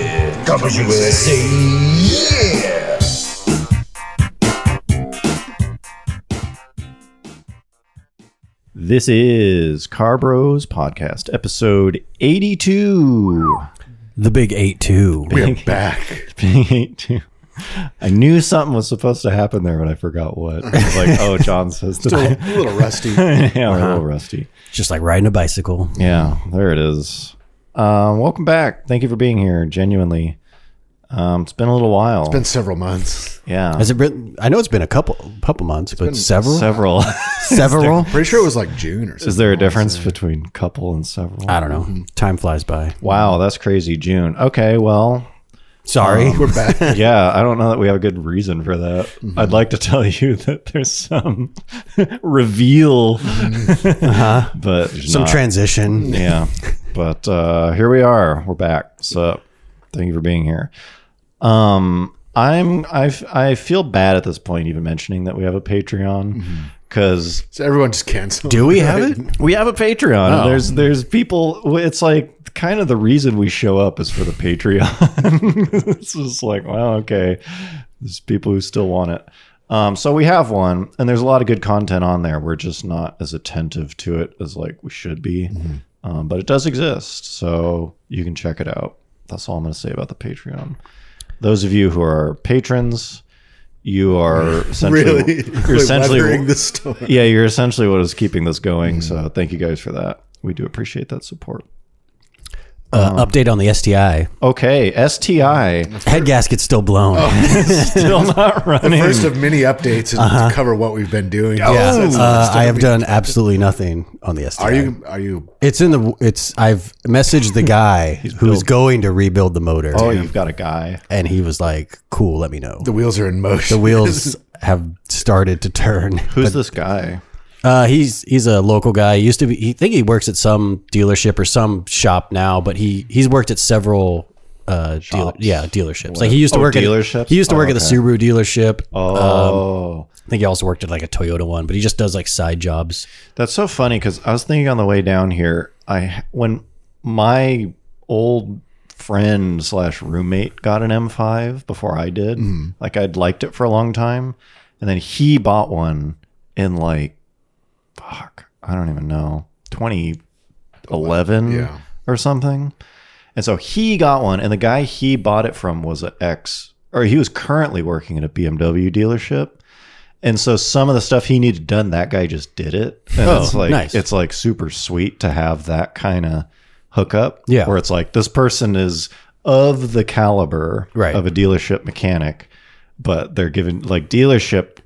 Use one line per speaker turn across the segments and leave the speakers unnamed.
yeah. WSA, yeah.
This is Car Bros Podcast, episode 82.
The big eight two.
We're back.
82. I knew something was supposed to happen there, but I forgot what. It was like, oh, John says
Still
today.
a little rusty.
yeah, we're a little rusty.
Just like riding a bicycle.
Yeah, there it is. Um, welcome back. Thank you for being here, genuinely. Um, it's been a little while.
Been several months.
yeah,
Has it been I know it's been a couple couple months, but several?
several.
several?
Pretty sure it was like June or something.
is there a difference between couple and several?
I don't know. Time flies by.
Wow, that's crazy, June. Okay, well,
Sorry.
We're back.
yeah, I don't know that we have a good reason for that. I'd like to tell you that there's some reveal, but there's
Some
not.
transition.
uh-huh. yeah. But uh, here we are. We're back. So thank you for being here. Um, I'm I I feel bad at this point even mentioning that we have a Patreon because
So everyone just canceled.
Do we have it?
we have a Patreon.
Oh.
There's there's people. It's like kind of the reason we show up is for the Patreon. it's just like, well, okay, there's people who still want it. Um, so we have one, and there's a lot of good content on there. We're just not as attentive to it as like we should be,
Mm-hmm.
um, but it does exist. So you can check it out. That's all I'm going to say about the Patreon. Those of you who are patrons, you are essentially
Really?
you're essentially
weathering the storm.
yeah, you're essentially what is keeping this going. So thank you guys for that. We do appreciate that support.
Uh, update on the STI.
Okay, STI
Head gasket's still blown.
still not running.
First of many updates and to cover what we've been doing.
Yeah.
That's-
Uh, I have done absolutely nothing on the STI.
are you? Are you?
It's in the it's I've messaged the guy who's
built.
going to rebuild the motor
oh, you've got a guy.
and he was like, "Cool, let me know."
The wheels are in motion.
The wheels have started to turn.
Who's this guy?
Uh, he's he's a local guy. He used to be. He think he works at some dealership or some shop now, but he he's worked at several uh dealer, yeah dealerships. Like he used to
Oh,
work
dealerships?
at he used to
Oh,
work at the
okay.
Subaru dealership.
Oh,
I think he also worked at like a Toyota one, but he just does like side jobs.
that's so funny because I was thinking on the way down here. I when my old friend slash roommate got an M5 before I did. Like I'd liked it for a long time, and then he bought one in like fuck, I don't even know, 2011
Yeah.
or something. And so he got one, and the guy he bought it from was an ex, or he was currently working at a BMW dealership. And so some of the stuff he needed done, that guy just did it. And
Oh,
it's like
nice.
it's like super sweet to have that kind of hookup.
Yeah.
Where it's like this person is of the caliber
Right.
of a dealership mechanic, but they're given like dealership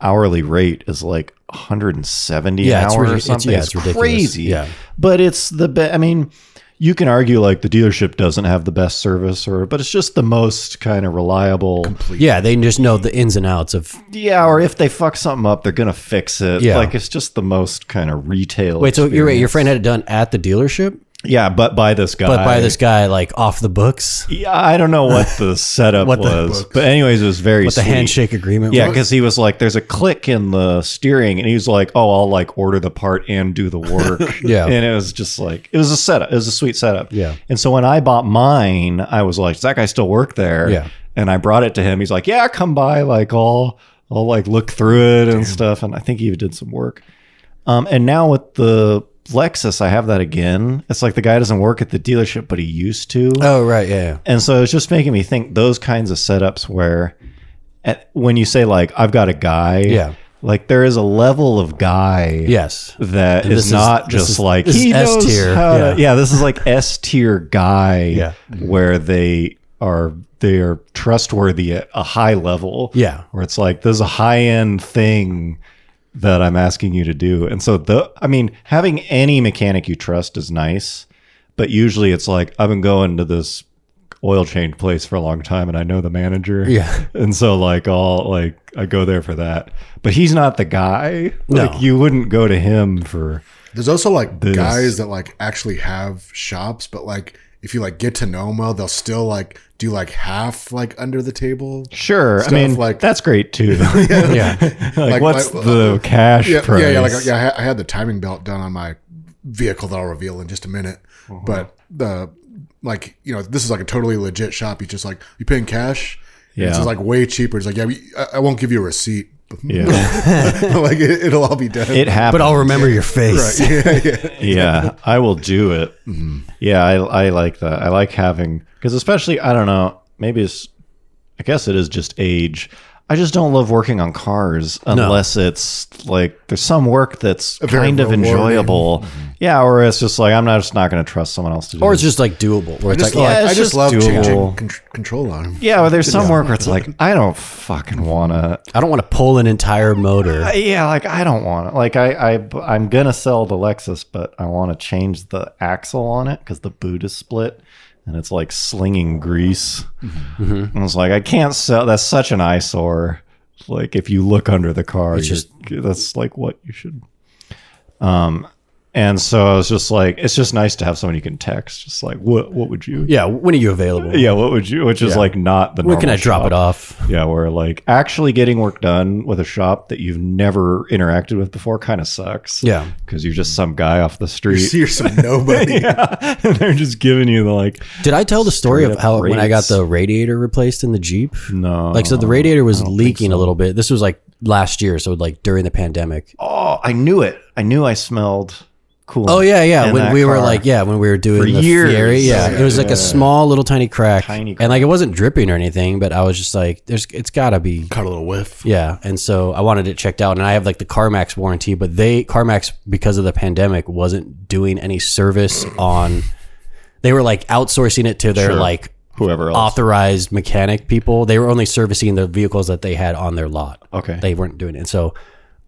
hourly rate is like 170
Yeah,
an
it's
hour
ridic-
or
it's-
something.
yeah,
it's
it's ridiculous.
crazy.
Yeah.
But it's the best. I mean, you can argue like the dealership doesn't have the best service or, but it's just the most kind of reliable.
Yeah, they just know the ins and outs of.
Yeah. Or if they fuck something up, they're going to fix it.
Yeah.
Like it's just the most kind of retail.
Wait, so you're right. Your
experience.
friend had it done at the dealership,
Yeah. But by this guy.
but by this guy like off the books.
Yeah, I don't know what the setup
What the-
was, but anyways, it was very
What the
sweet.
handshake agreement?
Yeah,
was.
because he was like, "There's a click in the steering," and he was like, "Oh, I'll like order the part and do the work."
Yeah.
and it was just like it was a setup. It was a sweet setup.
Yeah.
And so when I bought mine, I was like, "Does that guy still work there?"
Yeah.
And I brought it to him. He's like, "Yeah, come by. Like, I'll I'll like look through it and stuff." And I think he even did some work. Um, and now with the Lexus, I have that again. It's like the guy doesn't work at the dealership, but he used to.
Oh right, yeah. yeah.
And so it's just making me think those kinds of setups where at, when you say like I've got a guy,
Yeah.
like there is a level of guy
Yes.
that
And
is
this is-
not
this
just
is-
like
this
he
is S
knows
tier,
how to-
yeah.
yeah, this is like S tier guy
Yeah.
where they are they are trustworthy at a high level.
Yeah.
Where it's like there's a high end thing that I'm asking you to do. And so the I mean, having any mechanic you trust is nice, but usually it's like I've been going to this oil change place for a long time and I know the manager.
Yeah.
And so like I'll like I go there for that. But he's not the guy.
No.
Like you wouldn't go to him for
There's also like
This.
guys that like actually have shops, but like if you like get to know 'em well, they'll still like do like half like under the table.
Sure.
Stuff
I mean
like-
that's great too. like,
Yeah.
Like,
what's
like,
the cash
Yeah,
price?
yeah, yeah. Like yeah, I ha- I had the timing belt done on my vehicle that I'll reveal in just a minute.
Uh-huh.
But the like you know this is like a totally legit shop. You just like you pay in cash.
Yeah.
It's just like way cheaper. It's like yeah, we, I, I won't give you a receipt.
Yeah,
like it, it'll all be done.
it happened.
But I'll remember your face.
yeah, yeah.
yeah, I will do it. Yeah, I, I like that. I like having because especially I don't know. Maybe it's I guess it is just age. I just don't love working on cars unless it's like there's some work that's
very
kind of
rewarding.
enjoyable. Yeah, or it's just like I'm not just not going to trust someone else to do.
Or
it.
it's just like doable. Where it's
Just
like, oh,
like-
yeah, it's
I just
just
love changing
doable.
con- control on him.
yeah, or there's some work where it's like I don't fucking want to.
I don't want to pull an entire motor.
Yeah, like I don't want it. Like I, I, I'm gonna sell the Lexus, but I want to change the axle on it because the boot is split, and it's like slinging grease.
Mm-hmm.
And it's like I can't sell. That's such an eyesore. Like if you look under the car, you're-
just-
that's like what you should. Um, and so I was just like, it's just nice to have someone you can text. Just like, what, what would you?
Yeah, when are you available?
yeah, what would you? Which is like not the.
When can
normal
I drop
shop.
it off?
Yeah, where like actually getting work done with a shop that you've never interacted with before kind of sucks.
Yeah.
Because you're just some guy off the
You
street.
see, you're some nobody.
yeah. And they're just giving you the like,
Did I tell the story
Straight
of
up
how when I got
rates. Uh,
the radiator replaced in the Jeep?
no.
Like, so the radiator was leaking a little bit. This was like last year, so like during the pandemic.
Oh, I knew it. I knew I smelled cool.
Oh yeah, yeah.
in
When
that
we were
car.
like, yeah, when we were doing
For
the
years.
Fieri, yeah,
Yeah.
it was like a small little tiny crack,
Tiny
and like it wasn't dripping or anything, but I was just like, there's, it's gotta be,
Caught a little whiff.
yeah. And so I wanted it checked out, and I have like the CarMax warranty, but they CarMax because of the pandemic wasn't doing any service on. They were like outsourcing it to their
Sure.
like
Whoever else.
authorized mechanic people. They were only servicing the vehicles that they had on their lot.
Okay.
They weren't doing it. And so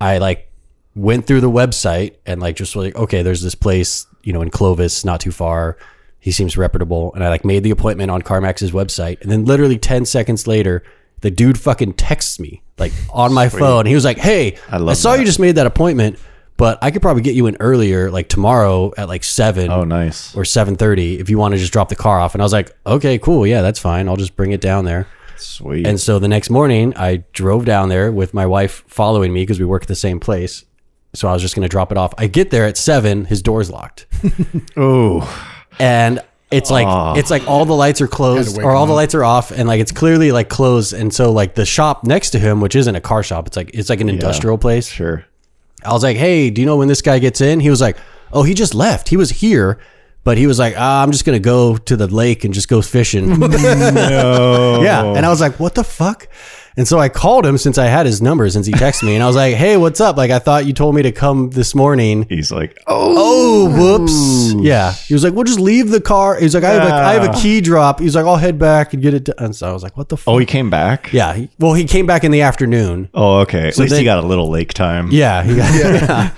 I like went through the website and like just was like, okay, there's this place, you know, in Clovis, not too far. He seems reputable. And I like made the appointment on CarMax's website. And then literally 10 seconds later, the dude fucking texts me like on my phone. He was like, hey, I,
love
saw you just made that appointment, but I could probably get you in earlier, like tomorrow at like seven
oh, nice.
or 7:30 if you want to just drop the car off and I was like okay cool yeah that's fine I'll just bring it down there
Sweet.
and so the next morning I drove down there with my wife following me because we work at the same place so I was just going to drop it off I get there at 7 his door's locked
oh,
and it's like it's like all the lights are closed
wake
or all
him
the
up.
lights are off and like it's clearly like closed and so like the shop next to him which isn't a car shop it's like it's like an industrial place
sure.
I was like, "Hey, do you know when this guy gets in?" He was like, "Oh, he just left. He was here, but he was like, ah, I'm just gonna go to the lake and just go fishing." Yeah, and I was like, "What the fuck?" And so I called him since I had his number since he texted me, and I was like, "Hey, what's up? Like, I thought you told me to come this morning."
He's like, oh,
Oh, whoops. Yeah. He was like, "We'll just leave the car." He was like, "I have a, I have a key drop." He was like, "I'll head back and get it." Done. And so I was like, "What the fuck?"
oh, he came back.
yeah. He, well, he came back in the afternoon.
Oh, okay. At least
then-
he got a little lake time.
Yeah. He got,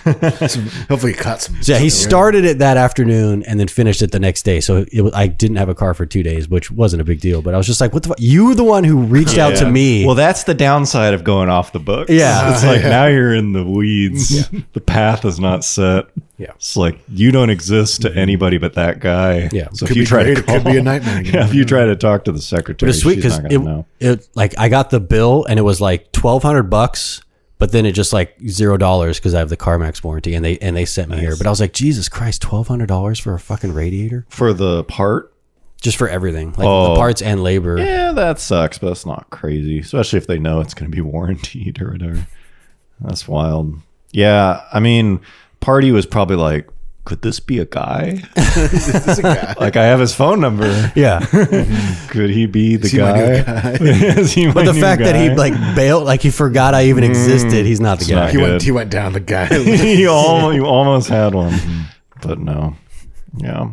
Hopefully, he caught some.
Yeah, he started it that afternoon and then finished it the next day. So it was, I didn't have a car for two days, which wasn't a big deal. But I was just like, "What the? Fu-? You were the one who reached out to me."
Well, that's the downside of going off the books.
Yeah.
It's like now you're in the weeds. The path is not set.
Yeah.
It's like you don't exist to anybody but that guy.
Yeah.
So
Could
if you
be
try
great,
to
it
call,
could be a nightmare.
Yeah, if you try to talk to the
it
secretary,
was sweet
she's
because
not gonna
it,
know.
it like I got the bill and it was like twelve hundred bucks, but then it just like zero dollars because I have the CarMax warranty and they and they sent me here. But I was like, Jesus Christ, twelve hundred dollars for a fucking radiator
For the part,
just for everything, like
Oh.
the parts and labor.
yeah, that sucks, but that's not crazy. Especially if they know it's gonna be warranted or whatever. That's wild. Yeah. I mean, party was probably like, could this be a guy? like I have his phone number.
Yeah,
Could he be the
he my new
guy? Is he my
but the
new
fact that he
guy? Mm.
like bailed, like he forgot I even existed, he's not the guy.
not
He went.
good.
He went down the guy.
he almost, you almost had one, but no. Yeah.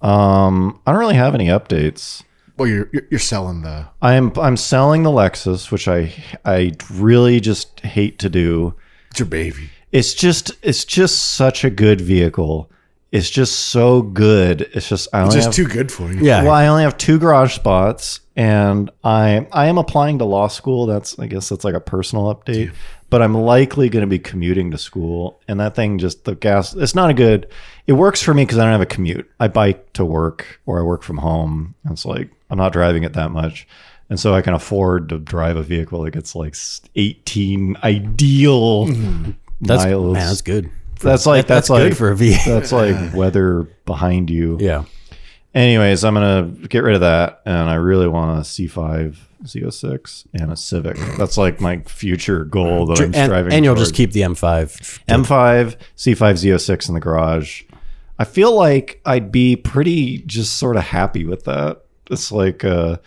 Um, I don't really have any updates.
well, you're you're- you're selling the.
I'm I'm selling the Lexus, which I I really just hate to do.
It's your baby.
It's just it's just such a good vehicle. It's just so good. It's just I only
It's
have
just too good for you.
Yeah,
Well, I only have two garage spots, and I I am applying to law school. That's I guess that's like a personal update, but I'm likely going to be commuting to school, and that thing just the gas. It's not a good. It works for me because I don't have a commute. I bike to work or I work from home. and It's like I'm not driving it that much. And so I can afford to drive a vehicle that gets like s- 18 ideal
Mm-hmm. that's man,
miles
that's good.
That's like that's,
that's
like
good for a VA.
that's like weather behind you.
yeah.
Anyways, I'm gonna get rid of that, and I really want a C5, C06, and a Civic. That's like my future goal that I'm
And,
striving.
and you'll
toward.
just keep the M5.
M5, C5, Z06 in the garage. I feel like I'd be pretty just sort of happy with that. It's like a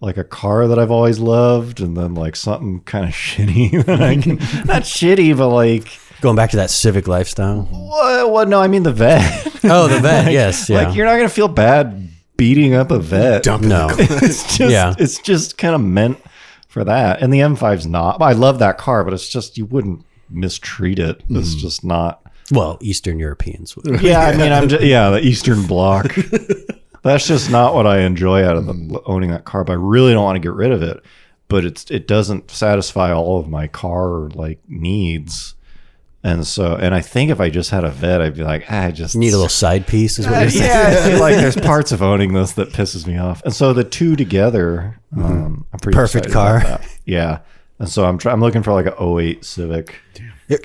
like a car that I've always loved, and then like something kind of shitty that I can not shitty, but like
Going back to that Civic lifestyle.
what? what no, I mean the vet.
Oh, the vet. yes. Yeah.
Like you're not gonna feel bad beating up a vet.
Dumping
no.
It's just
Yeah.
it's just kind of meant for that. And the M5's not. I love that car, but it's just you wouldn't mistreat it. It's just not.
well, Eastern Europeans. would.
Mm-hmm. Yeah, I mean, I'm just yeah, the Eastern Bloc. That's just not what I enjoy out of the, owning that car. But I really don't want to get rid of it. But it's it doesn't satisfy all of my car like needs, and so and I think if I just had a vet, I'd be like, ah, I just
Need a little side piece, is what you're saying.
yeah, I feel like there's parts of owning this that pisses me off, and so the two together, um, I'm pretty
Mm-hmm. Perfect
excited about
car.
that. Yeah, and so I'm try- I'm looking for like a 08 Civic.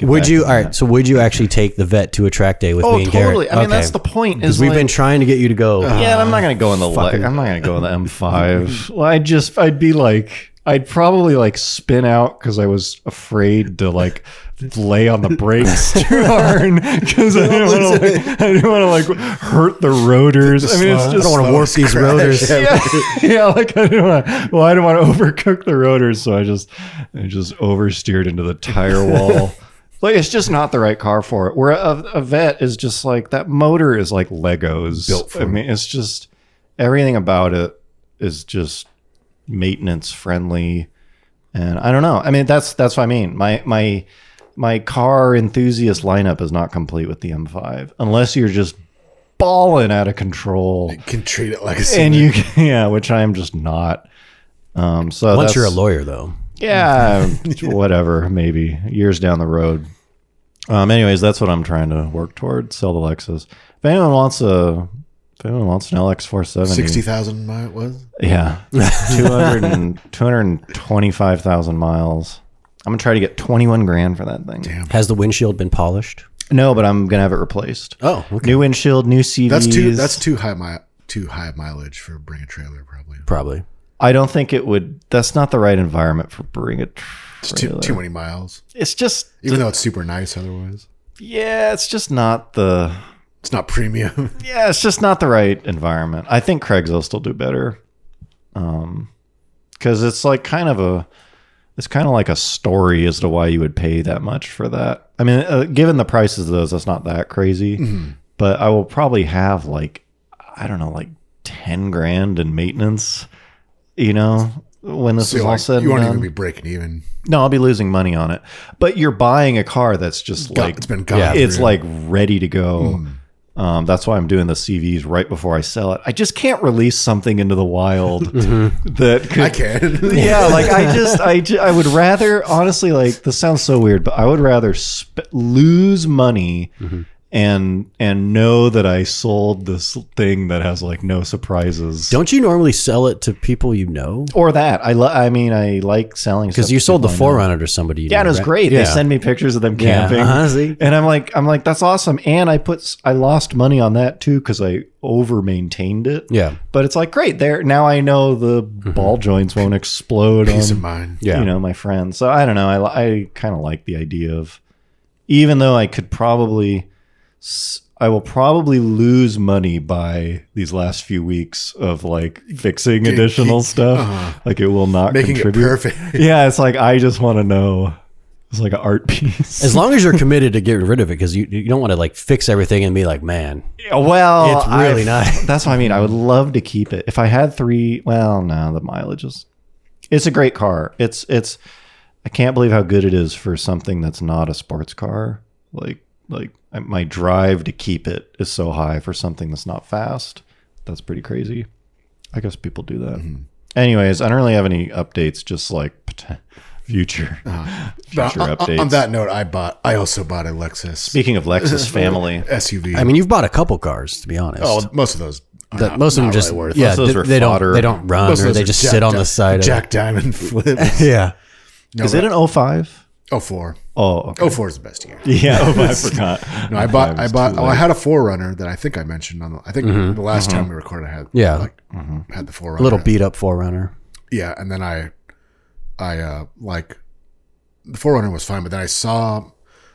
Would
back
you?
on
All right. So, would you actually take the vet to a track day with
Oh,
me and Garrett? Okay.
point.
'Cause we've been Ah, trying to get you to go.
Yeah, and I'm not gonna go in the le- I'm not gonna go in the M5. well, I just I'd be like I'd probably like spin out because I was afraid to like lay on the brakes too hard because I didn't want to like, I didn't want to like hurt the rotors. I mean, it's
slide.
just
I don't wanna
warp these rotors.
yeah, yeah, like I didn't want. To, well, I didn't want to overcook the rotors, so I just, I just oversteered into the tire wall. like it's just not the right car for it. Where a, a vet is just like that motor is like Legos.
Built for
I mean, it's just everything about it is just maintenance friendly, and I don't know. I mean, that's that's what I mean. My my my car enthusiast lineup is not complete with the M5 unless you're just balling out of control
Can treat it like a
and you yeah which i am just not um so
Once
that's-
you're a lawyer, though.
yeah whatever maybe years down the road um anyways that's what i'm trying to work toward sell the lexus if anyone wants a if anyone wants an lx 470
sixty thousand mile was.
yeah 200 and 225000 miles i'm gonna try to get 21 grand for that thing
Has the windshield been polished?
no but i'm gonna have it replaced
Oh, okay.
new windshield new cvs
That's too. That's too high. Mi- too high mileage for bringing a trailer. Probably.
Probably.
i don't think it would that's not the right environment for bringing it
It's too, too many miles.
it's just
Even though it's super nice, otherwise
Yeah, it's just not the
it's not premium.
yeah, it's just not the right environment. I think Craigslist will do better, um, because it's like kind of a it's kind of like a story as to why you would pay that much for that. I mean, uh, given the prices of those, that's not that crazy.
Mm-hmm.
But I will probably have like I don't know, like ten grand in maintenance. You know, when this
So
is all
like,
said
you won't
and done.
even be breaking even.
no, I'll be losing money on it. But you're buying a car that's just
Gone-
like
it's been gone.
yeah,
through.
it's like ready to go.
Hmm.
Um, that's why I'm doing the CVs right before I sell it. I just can't release something into the wild
Mm-hmm.
that could.
I can.
Yeah, like I just, I, ju- I would rather honestly, like this sounds so weird, but I would rather sp- lose money
Mm-hmm.
and and know that I sold this thing that has like no surprises.
Don't you normally sell it to people you know?
or that I, li- I mean, I like selling
Because
stuff
you
to
sold the
people I know.
Forerunner to somebody. You
Yeah,
know,
and it was
right?
great.
Yeah.
They send me pictures of them
Yeah,
camping.
uh-huh, see?
And I'm like, I'm like, that's awesome. And I put, s- I lost money on that too because I over maintained it.
Yeah. Mm-hmm.
But it's like, great. There now, I know the ball joints won't explode
Peace
on
of mind.
Yeah.
you know my friend. So I don't know. I li- I kind of like the idea of, even though I could probably, s- I will probably lose money by these last few weeks of like fixing
uh-huh.
additional stuff. Like it will not
Making
contribute.
it perfect.
Yeah, it's like I just want to know. It's like an art piece.
As long as you're committed to getting rid of it, because you, you don't want to like fix everything and be like, man,
well,
It's really
I've-
nice.
That's what I mean. I would love to keep it. If I had three, well, no, the mileage is. It's a great car. It's it's. I can't believe how good it is for something that's not a sports car. Like like I- my drive to keep it is so high for something that's not fast. That's pretty crazy. I guess people do that. Anyways, I don't really have any updates. Just like pot- future future
On- on,
updates.
on that note, I bought. I also bought a Lexus
Speaking of Lexus family,
SUV.
I mean, you've bought a couple cars to be honest.
oh, most of those. Are
That-
not,
most of them
not
just
really worth.
yeah,
Most of those
they,
are
they
fodder.
don't they don't run
Most of
or
those
they
are
just
Jack-
sit on
Jack-
the side.
Jack Diamond flip.
Of, yeah.
No,
is it an 05?
oh four?
Oh, okay.
Oh, four is the best year.
yeah. Oh, I forgot.
No, I bought.
Five
I
is
bought.
too
Oh, I
late. Mm-hmm.
had a forerunner that I think I mentioned on the. I think the last time we recorded, I had.
Yeah.
like, had the forerunner.
A little beat up forerunner.
Yeah, and then I, I uh like, the forerunner was fine, but then I saw,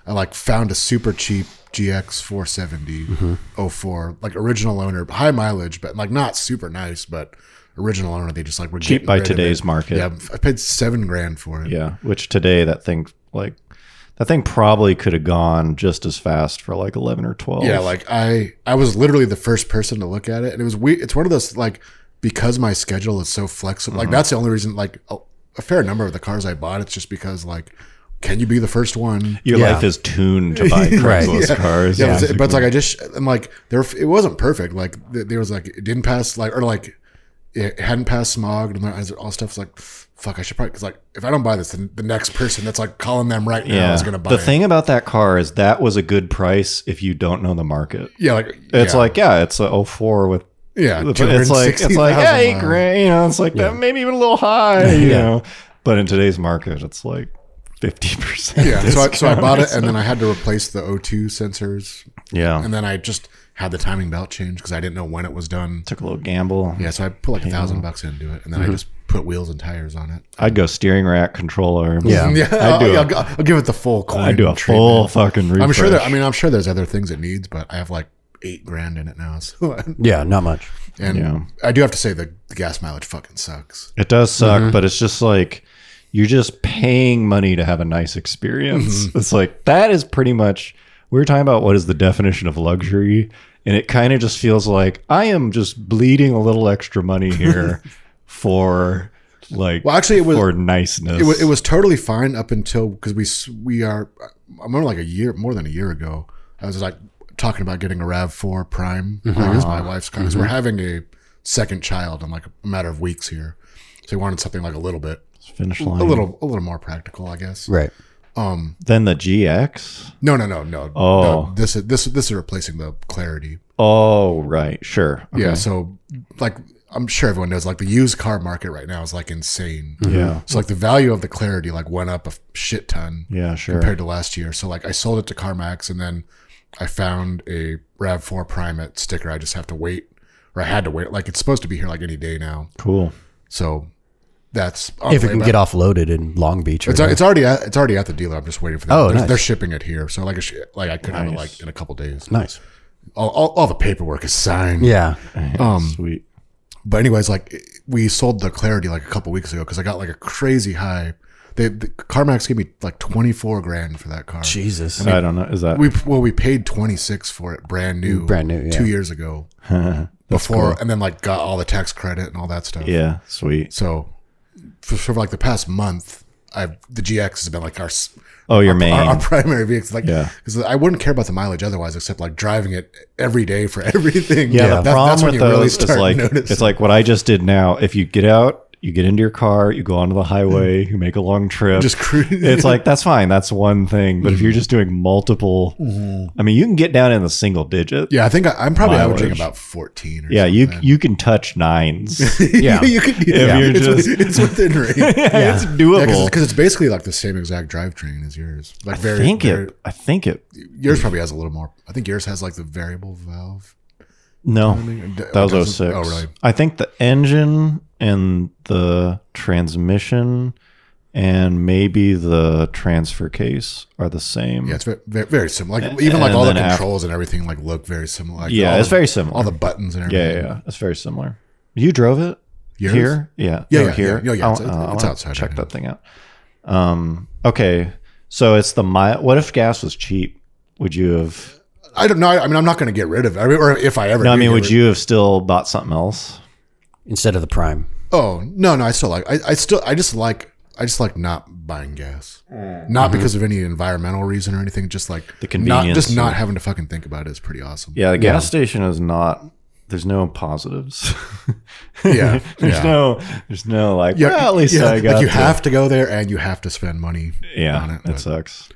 I like found a super cheap GX 470
Mm-hmm.
04 like original owner, high mileage, but like not super nice, but original owner. They just like were
cheap
getting
by
rid of it.
today's market.
Yeah, I paid seven grand for it.
Yeah, which today that thing like that thing probably could have gone just as fast for like eleven or twelve.
Yeah, like I I was literally the first person to look at it, and it was weird. It's one of those like because my schedule is so flexible.
Uh-huh.
Like that's the only reason. Like a, a fair number of the cars I bought, it's just because like, can you be the first one?
your
yeah.
life is tuned to buy
Right.
Craigslist cars.
Yeah, it was- but it's like I just and like there it wasn't perfect. Like th- there was like it didn't pass like or like it hadn't passed smog and all- all stuff's like fuck. I should probably because like if I don't buy this, then the next person that's like calling them right now
yeah.
is gonna buy
the
it.
thing about that car is that was a good price if you don't know the market.
Yeah, like
It's
yeah,
like yeah, it's a 04 with
yeah,
it's like it's like
260,000
yeah, eight
miles.
grand. You know, it's like that maybe even a little high. You know, but in today's market, it's like fifty percent.
Yeah, so I, so I bought it, and then I had to replace the O2 sensors,
Yeah,
and then I just had the timing belt change because I didn't know when it was done.
took a little gamble.
Yeah, so I put like a thousand bucks into it, and then
Mm-hmm.
I just put wheels and tires on it.
I'd go steering rack controller.
Yeah.
Yeah,
I do.
I'll,
a-
I'll, I'll give it the full coin.
I do a
treatment.
full fucking refresh.
I'm sure there. I mean, I'm sure there's other things it needs, but I have like eight grand in it now. So,
Yeah, not much.
and
Yeah.
I do have to say the, the gas mileage fucking sucks.
It does suck,
Mm-hmm.
but it's just like you're just paying money to have a nice experience.
Mm-hmm.
It's like that is pretty much we were talking about what is the definition of luxury, and it kind of just feels like I am just bleeding a little extra money here for like
Well, actually, it was
for niceness.
it was, it was totally fine up until because we s- we are I remember like a year more than a year ago I was like talking about getting a Rav Four Prime like, it was my
Mm-hmm.
wife's car 'cause we're having a second child in like a matter of weeks here so we wanted something like a little bit
finish line.
a little a little more practical I guess Um,
Right.
Then the GX.
no no no no
Oh.
no, this is this this is replacing the Clarity
Oh right, sure. Okay.
yeah so like I'm sure everyone knows like the used car market right now is like insane
Yeah.
so like the value of the Clarity like went up a f- shit ton
Yeah. Sure.
compared to last year. So like I sold it to CarMax and then I found a Rav4 Primate sticker. I just have to wait or I had to wait. Like it's supposed to be here like any day now.
cool.
So that's
if it can get offloaded in Long Beach. Or
It's, it's already at, it's already at the dealer. I'm just waiting for them.
Oh,
they're,
nice.
they're shipping it here. So like a, sh- like I could have it
Nice.
like in a couple days.
nice.
All, all, all the paperwork is signed.
Yeah.
Um,
Sweet.
But anyways, like we sold the Clarity like a couple weeks ago because I got like a crazy high. They the, CarMax gave me like 24 grand for that car.
Jesus.
I don't know. Is that
we well we paid 26 for it brand new
Brand new, yeah.
two years ago before and then like got all the tax credit and all that stuff
yeah? Sweet.
so for, for like the past month i've the gx has been like our s-
Oh, your main.
our, our primary vehicle like
Yeah.
because i wouldn't care about the mileage otherwise except like driving it every day for everything
Yeah, the
That-
problem
that's when
with
you
those
really
is
start
like
noticing
it's like what I just did now. If you get out, you get into your car, you go onto the highway, you make a long trip.
just Mm-hmm. cruising
it's like that's fine, that's one thing. But if you're just doing multiple, I mean, you can get down in the single digit.
Mm-hmm. yeah i think I, i'm probably averaging
Mileage.
about 14 or
Yeah, you
something.
you can touch nines. yeah,
Yeah.
you could do
If
that.
you're
it's,
just-
it's within range
it's doable.
because it's basically like the same exact drivetrain as yours. Like
I
very,
think
very-
it. I think it.
yours probably has a little more. I think yours has like the variable valve.
No,
d-
that
doesn't-
was 06.
oh, really?
I think the engine and the transmission and maybe the transfer case are the same.
Yeah, it's very, very, very similar. Like even like
and
all the
then af-
controls and everything like look very similar. Like,
Yeah,
all
it's
the-
very similar.
All the buttons and
Yeah,
everything.
yeah, yeah. It's very similar. You drove it
Yours?
here? Yeah.
Yeah,
No,
yeah,
here.
yeah, yeah, yeah.
I
It's-
wa- uh, I
it's
wanna
outside
Check
right
that thing out. Um, okay. So it's the mile. What if gas was cheap? Would you have?
I don't know. I mean, I'm not going to get rid of it. I mean, or if I ever.
No, I
do
mean,
get
would
rid-
you have still bought something else?
Instead of the prime.
Oh no, no. I still like. I, I still. I just like. I just like not buying gas, not because of any environmental reason or anything. Just like the Not,
Mm-hmm. convenience
just not
and-
having to fucking think about it is pretty awesome.
Yeah, the gas station is not. There's no positives.
yeah.
there's
yeah.
no. There's no like.
Yeah,
well, at least
yeah,
I got.
Like you
to-
have to go there and you have to spend money.
Yeah,
on it,
that
but-
sucks.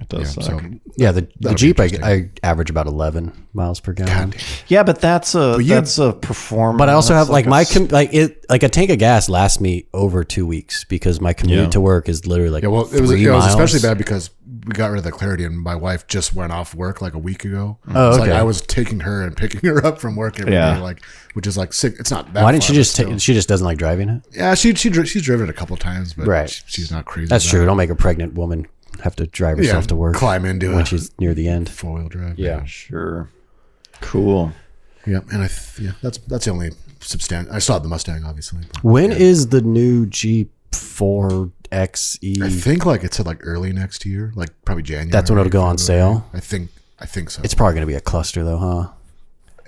It does suck.
So
Yeah, the, the
be
Jeep I, I average about eleven miles per gallon.
Yeah, but that's a
you-
that's a performance.
But I also have
That's
like
a
my
s-
com- like it like a tank of gas lasts me over two weeks because my commute
Yeah.
to work is literally like
yeah, well, it was,
three
it was
miles.
especially bad because we got rid of the clarity, and my wife just went off work like a week ago.
Oh,
So, like,
okay.
I was taking her and picking her up from work every day,
Yeah.
like which is like sick. It's not that.
Why didn't she
far,
just
but still.
take? She just doesn't like driving it.
Yeah, she she dri- she's driven it a couple times, but
Right.
she- she's not crazy.
That's
about
true. Don't make a pregnant woman have to drive
it. Yeah,
herself to work
climb into
when
it.
she's near the end.
four wheel drive.
Yeah.
sure. Cool.
yeah, and I th- yeah, that's that's the only substantial. I saw the Mustang, obviously. but-
When is the new Jeep Four XE?
I think like it said like early next year, like probably January.
Mm. That's when it'll go on sale.
I think I think so.
It's probably going to be a cluster, though, huh?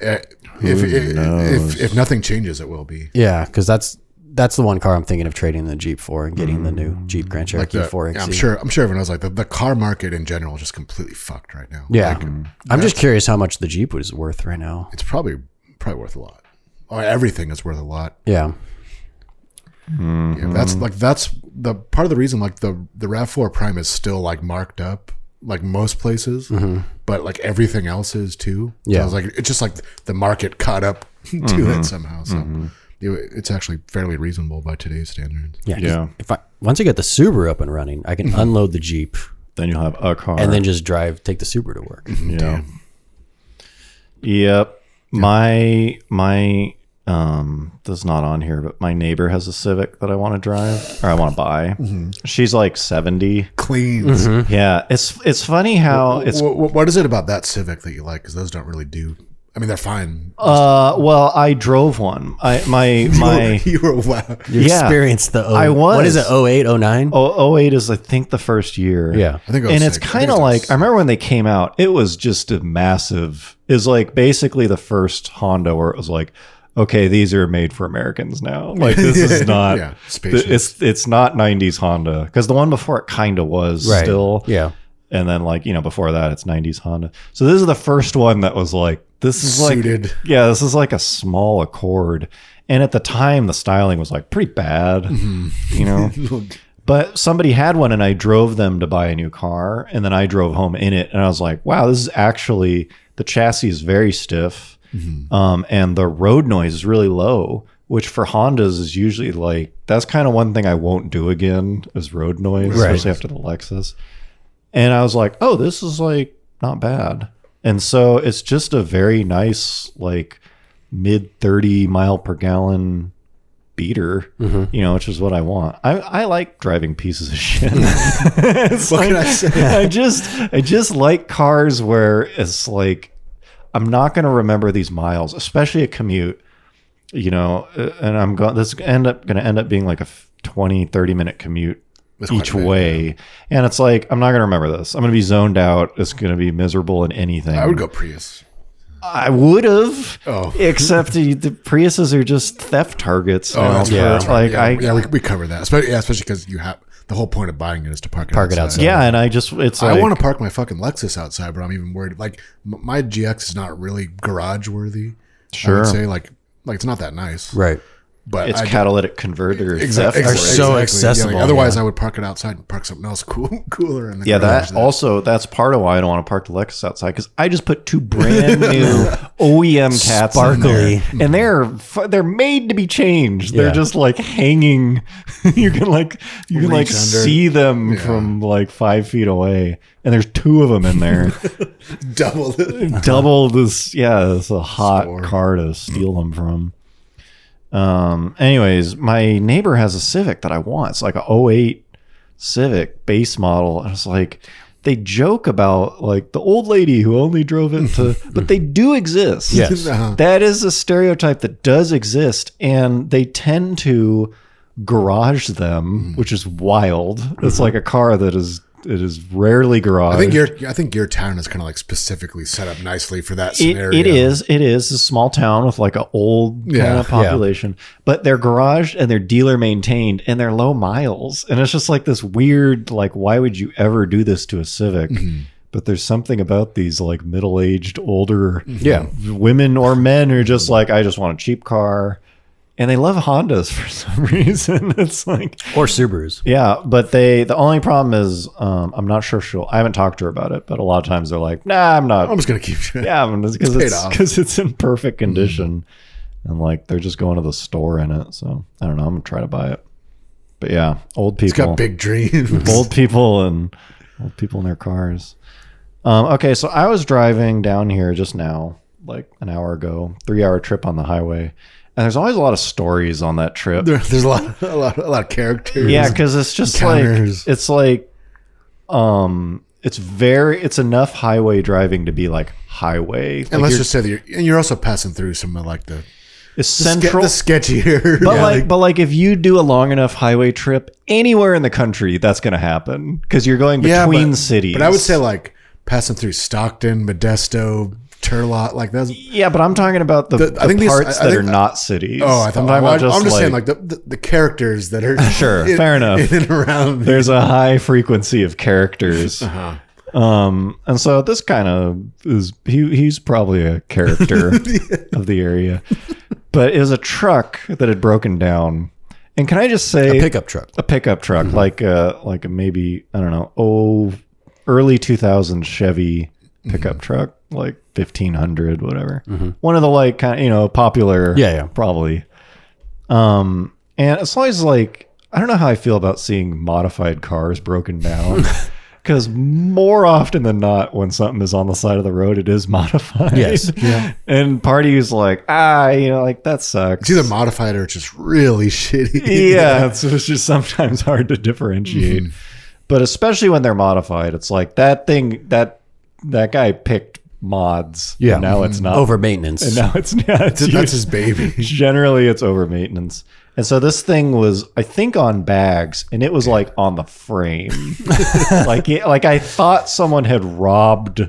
Uh, if, if, if if nothing changes, it will be.
Yeah, because that's that's the one car I'm thinking of trading the Jeep for and getting the new Jeep Grand Cherokee
Mm, The-
Four E. XE.
yeah, I'm sure. I'm sure everyone knows like the, the car market in general is just completely fucked right now.
Yeah.
Like,
I'm just curious how much the Jeep was worth right now.
it's probably probably worth a lot. Or everything is worth a lot.
Yeah. Mm-hmm.
Yeah, that's like that's the part of the reason like the the Rav Four Prime is still like marked up like most places, but like everything else is too.
Mm-hmm. Yeah. Mm-hmm.
so it's like it's just like the market caught up to it somehow. So it- it's actually fairly reasonable by today's standards.
Yeah. 'cause
Yeah.
If I once I get the Subaru up and running, I can unload the Jeep
Then you'll have a car.
and then just drive take the Subaru to work.
Yeah. Yep. My my um that's not on here, but my neighbor has a Civic that I want to drive or I want to buy. She's like 70.
Cleans.
Yeah, it's it's funny how it's
Wh- wh- what is it about that Civic that you like? Because those don't really do. I mean, they're fine.
uh well, I drove one. I my my
you were wow.
You
Yeah.
experienced the O
I
What is
was.
it? 08, 09?
oh, 08 is I think the first year.
Yeah.
I think it was
and it's
six. I think
kind
it
of
was
like
six.
I remember when they came out. It was just a massive. Is like basically the first Honda where it was like, okay, these are made for Americans now. Like this is not.
Yeah, spacious.
it's it's not '90s Honda because the one before it kind of was
Right.
still.
Yeah.
And then like you know before that it's '90s Honda. So this is the first one that was like this is like
Suited.
yeah this is like a small Accord. And at the time, the styling was like pretty bad,
Mm-hmm.
you know. But somebody had one and I drove them to buy a new car and then I drove home in it and I was like, wow, this is actually the chassis is very stiff. Um, and the road noise is really low, which for Hondas is usually like that's kind of one thing I won't do again is road noise, especially after the Lexus. And I was like, oh, this is like not bad. And so it's just a very nice, like mid 30 mile per gallon beater,
Mm-hmm.
you know, which is what I want. I, I like driving pieces of shit. It's
What can
like-
I say?
I just I just like cars where it's like I'm not going to remember these miles, especially a commute, you know, uh, and I'm going this end up going to end up being like a f- 20 30 minute commute
That's quite
each
a bit,
way. And it's like I'm not going to remember this. I'm going to be zoned out. It's going to be miserable in anything.
I would go Prius.
I would have.
Oh.
Except the, the Priuses are just theft targets.
Oh,
now
that's
for,
right, that's right.
Like
yeah,
I
yeah, we, we covered that. Especially, yeah, especially because you have the whole point of buying it is to park it
Park it outside.
yeah, and I just it's
I
like,
want to park my fucking Lexus outside, but I'm even worried. Like m- my GX is not really garage worthy. I
Sure.
would say like like it's not that nice,
Right.
but
it's
I,
catalytic converter
Exactly.
theft.
Are so accessible,
otherwise,
yeah.
I would park it outside and park something else cool, cooler. In the
Yeah,
garage
that also that's part of why I don't want to park the Lexus outside because I just put two brand new OEM cats
Sparkly.
in
Mm-hmm.
there, and they're fu- they're made to be changed.
Yeah.
They're just like hanging. you can like you can like
Reach under.
see them from like five feet away, and there's two of them in there.
double. it.
double this yeah it's a hot
Store.
car to steal them from um anyways my neighbor has a civic that i want it's like a 08 civic base model and it's like they joke about like the old lady who only drove it to but they do exist
Yes.
Uh-huh.
that is a stereotype that does exist and they tend to garage
Hmm.
them which is wild it's like a car that is it is rarely garaged
I think your I think your town is kind of like specifically set up nicely for that
it,
scenario.
it is. It is a small town with like a old kind
Yeah.
of population, but they're garaged and they're dealer maintained and they're low miles. And it's just like this weird, like, why would you ever do this to a Civic?
Mm-hmm.
But there's something about these like middle aged, older
Yeah.
women or men who are just like, I just want a cheap car. and they love Hondas for some reason. It's like
or Subarus.
yeah, but they the only problem is um, I'm not sure she'll. I haven't talked to her about it, but a lot of times they're like, "Nah, I'm not.
I'm just gonna keep.
yeah, I'm just because
It's paid
it's
off. Mm-hmm.
because it's in perfect condition, and like they're just going to the store in it. So I don't know. I'm gonna try to buy it, but yeah, old people
It's got big dreams.
old people and old people in their cars. Um, okay, so I was driving down here just now, like an hour ago, three hour trip on the highway, and there's always a lot of stories on that trip.
There- there's a lot, a lot, a lot of characters.
Yeah, because it's just like
Encounters.
it's like, um, it's very it's enough highway driving to be like highway. Like
and let's
you're-
just say that you're, and you're also passing through some of like the
it's
the ske-
central.
the sketchier.
But
Yeah,
like, but like, if you do a long enough highway trip anywhere in the country, that's going to happen because you're going
yeah,
between
but-
cities.
But I would say like passing through Stockton, Modesto, Turlock, like that's.
Yeah, but I'm talking about the,
The- I
the
think these-
parts
I- I
that
think-
are not cities.
Oh, I thought. I'm,
I'm talking about just,
I'm just
like,
saying, like the, the, the characters that are
Sure, fair enough.
in and around.
there's a high frequency of characters.
Uh-huh.
Um, and so this kind of is he, he's probably a character of the area. But it was a truck that had broken down. And can I just say
Pickup truck.
a pickup truck, like a like a maybe I don't know, oh, early 2000s Chevy pickup truck, like 1500, whatever. One of the like kind of you know popular,
Yeah, yeah.
probably. Um, and it's always like I don't know how I feel about seeing modified cars broken down. Because more often than not, when something is on the side of the road, it is modified.
Yes.
Yeah. And party's like, ah, you know, like that sucks
It's either modified or it's just really shitty.
yeah, it's, it's just sometimes hard to differentiate. But especially when they're modified, it's like that thing that that guy picked mods.
Yeah. Oh.
and now it's not
Over maintenance.
And now it's not. It's
that's his
used-
baby.
generally it's over maintenance. And so this thing was, I think, on bags, and it was like on the frame, like it, like I thought someone had robbed,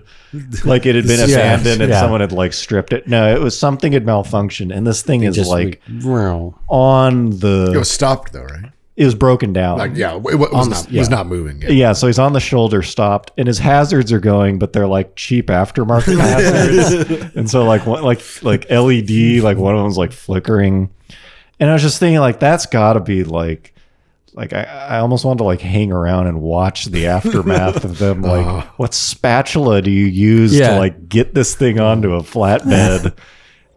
like it had been
Yeah,
abandoned, and
yeah.
someone had like stripped it. No, it was something had malfunctioned, and this thing is
Just
like
wow.
on the
It was stopped though, right?
it was broken down.
Like, yeah, it wa- it was,
On the-
not,
yeah.
was not moving. Yet.
yeah, so he's on the shoulder, stopped, and his hazards are going, but they're like cheap aftermarket hazards. And so like one like like LED, like one of them's like flickering. And I was just thinking, like, that's gotta be like like I, I almost wanted to like hang around and watch the aftermath of them. Like,
Uh-huh.
what spatula do you use
Yeah.
to like get this thing onto a flatbed?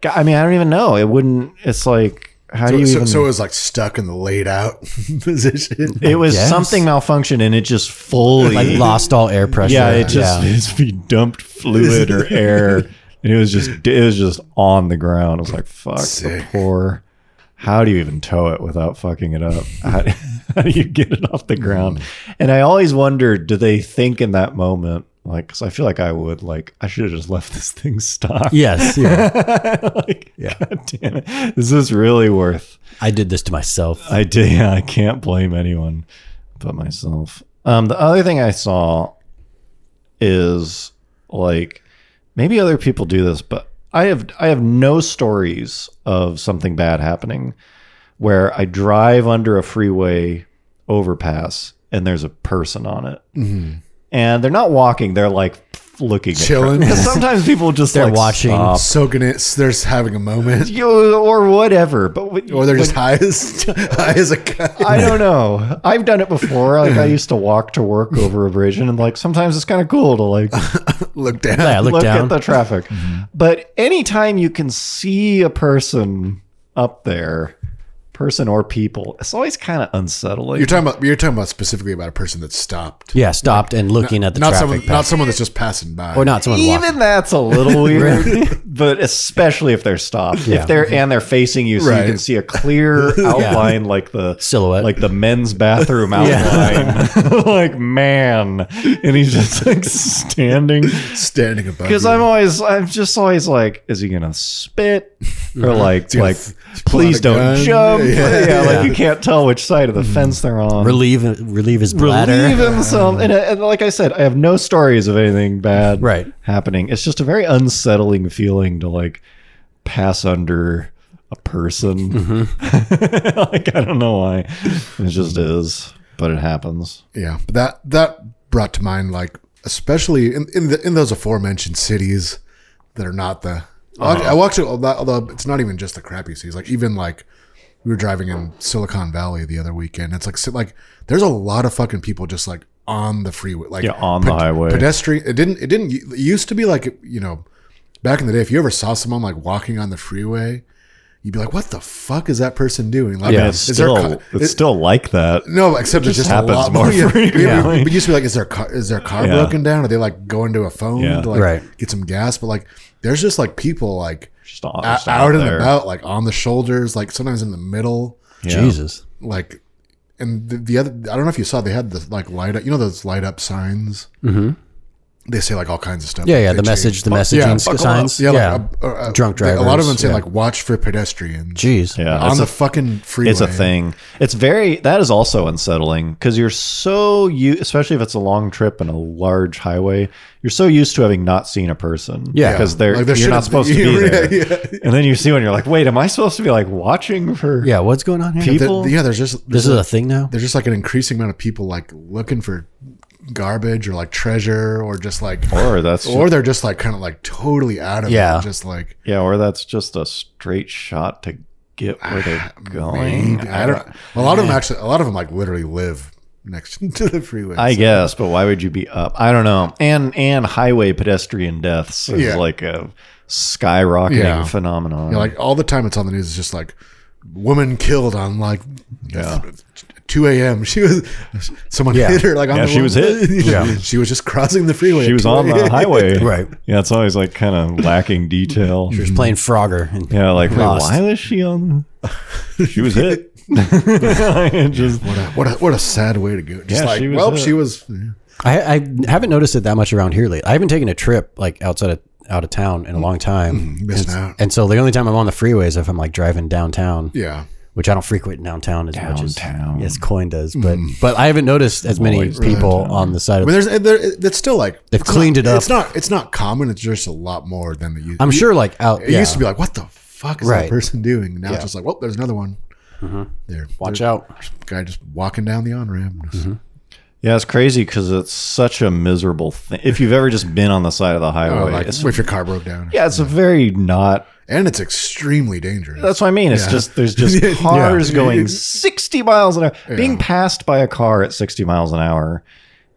God, I mean, I don't even know. It wouldn't. It's like, how do
So,
you
so,
even?
so it was like stuck in the laid out position.
it was
Yes.
something malfunctioned, and it just fully
Like lost all air pressure.
Yeah, it just
Yeah.
it's be dumped fluid or air, and it was just it was just on the ground. I was like, "Fuck the
Sick.
poor." How do you even tow it without fucking it up? How do, how do you get it off the ground? And I always wondered, do they think in that moment, like, because I feel like I would, like, I should have just left this thing stock.
Yes. Yeah.
like, yeah. God damn it. Is this really worth
I did this to myself.
I did. Yeah, I can't blame anyone but myself. Um, the other thing I saw is like maybe other people do this, but I have I have no stories of something bad happening where I drive under a freeway overpass and there's a person on it, and they're not walking; they're like looking, at
Chilling.
tra- 'Cause sometimes people just
They're
like
watching.
stop.
Soaking it, they're just having a moment,
You- or whatever. But when-
or they're just high as high as a kite.
I don't know. I've done it before. Like I used to walk to work over a bridge, and like sometimes it's kind of cool to like
Look down. Mm-hmm.
Yeah, I look,
look
down.
at the traffic. But anytime you can see a person up there, person or people, it's always kind of unsettling.
You're talking about you're talking about specifically about a person that stopped.
yeah, stopped and looking at the
not
traffic.
someone,
pattern.
not someone that's just passing by.
or not someone walking.
Even that's a little weird, but especially if they're stopped,
Yeah.
if they're and they're facing you, so you
Right.
can see a clear outline, like the
Silhouette.
like the men's bathroom outline. like man, and he's just like standing.
standing above.
Because
you.
I'm always, I'm just always like, is he gonna spit or like,
gonna
like,
th- pull
please
out a
don't
gun?
jump? Yeah,
Yeah. Hmm.
like you can't tell which side of the fence they're on
relieve relieve his bladder.
relieve himself. And, and like I said, I have no stories of anything bad
Right.
happening. It's just a very unsettling feeling to like pass under a person.
Mm-hmm.
like I don't know why. It just is, but it happens.
Yeah, but that that brought to mind like especially in in, the, in those aforementioned cities
Uh-huh.
that are not the. I watch it, although although it's not even just the crappy cities. Like even like we were driving in Silicon Valley the other weekend. It's like si- like there's a lot of fucking people just like on the freeway, like
Yeah, on the highway.
Pedestrian. It didn't. It didn't. It used to be like you know, back in the day, if you ever saw someone like walking on the freeway, you'd be like, "What the fuck is that person doing?" Like,
yeah, it's
is there
still
co-
it's
is-
still like that.
no, except it's
just
just
happens
a lot
more
more. Yeah.
frequently.
Yeah. But it used to be like, is their car is their car
Yeah.
broken down? Are they like going to a phone
Yeah.
to like
Right.
get some gas? But like, there's just like people like
Just on,
out,
just out
and
there.
about, like on the shoulders, like sometimes in the middle,
Yeah.
Jesus.
like. And the, the other, I don't know if you saw, they had the like light up. You know those light up signs.
Mhm.
They say like all kinds of stuff.
Yeah, yeah.
They
The
change-
message, the
Fuck-
messaging
Oh, yeah, fuck
signs.
Yeah,
Yeah.
like, uh, uh,
Drunk
they- A lot of
drivers,
them say
yeah.
like watch for pedestrians.
Jeez.
Yeah,
on
it's
the
a-
fucking freeway.
It's a thing. It's very that is also unsettling because you're so you especially if it's a long trip and a large highway, you're so used to having not seen a person.
Yeah.
because they're
Like, there
you're not
shouldn't
supposed
be-
to be
Yeah,
there.
yeah.
And then you see one, you're like, wait, am I supposed to be like watching for?
Yeah. What's going on here?
People-
There- yeah, there's just
This
there's
is a thing now.
there's just like an increasing amount of people like looking for garbage or like treasure or just like
or that's
or they're just like kind of like totally out of
Yeah.
it. Just like
yeah, or that's just a straight shot to get where they're going.
maybe- Ah, I don't. A lot of them actually. A lot of them like literally live next to the freeway.
I
so-
guess, but why would you be up? I don't know. And and highway pedestrian deaths is
Yeah.
like a skyrocketing
Yeah.
phenomenon.
you know, like all the time it's on the news. It's just like woman killed on like
Yeah.
2 a.m. She was someone
Yeah.
hit her like on
Yeah,
the
she was hit.
yeah, she was just crossing the freeway.
she
at
was
2
on the
a.m..
highway.
Right.
Yeah, it's always like kind of lacking detail.
Just playing Frogger. And,
Yeah, like wait,
Lost.
why was she on? the- She was hit. It just
What a, what a what a sad way to go. Just
Yeah,
like
she was
well,
hit.
she was.
I, I haven't noticed it that much around here lately. I haven't taken a trip like outside of out of town in a long time.
missing
and,
out.
and so the only time I'm on the freeway is if I'm like driving downtown,
Yeah.
which I don't frequent downtown as much as
Downtown.
as Coin does. But
Mm-hmm.
but I haven't noticed as many
Always
people
downtown.
on the side
I
of.
mean, there's eh, there, it's still like
They've
it's
cleaned
not-
it up.
It's not it's not common. It's just a lot more than the.
I'm sure like out.
it used to be like what the fuck is
Right.
that person doing? Now
Yeah.
it's just like well, there's another one. There,
Watch
there-
out.
guy just walking down the uh, on ramp.
yeah, it's crazy because it's such a miserable thing. If you've ever just been on the side of the highway,
Oh, like
it's,
if your car broke down.
yeah, it's a very not
and it's extremely dangerous.
That's what I mean. It's
Yeah.
just there's just
Yeah.
cars
Yeah.
going 60 miles an hour. Being passed by a car at 60 miles an hour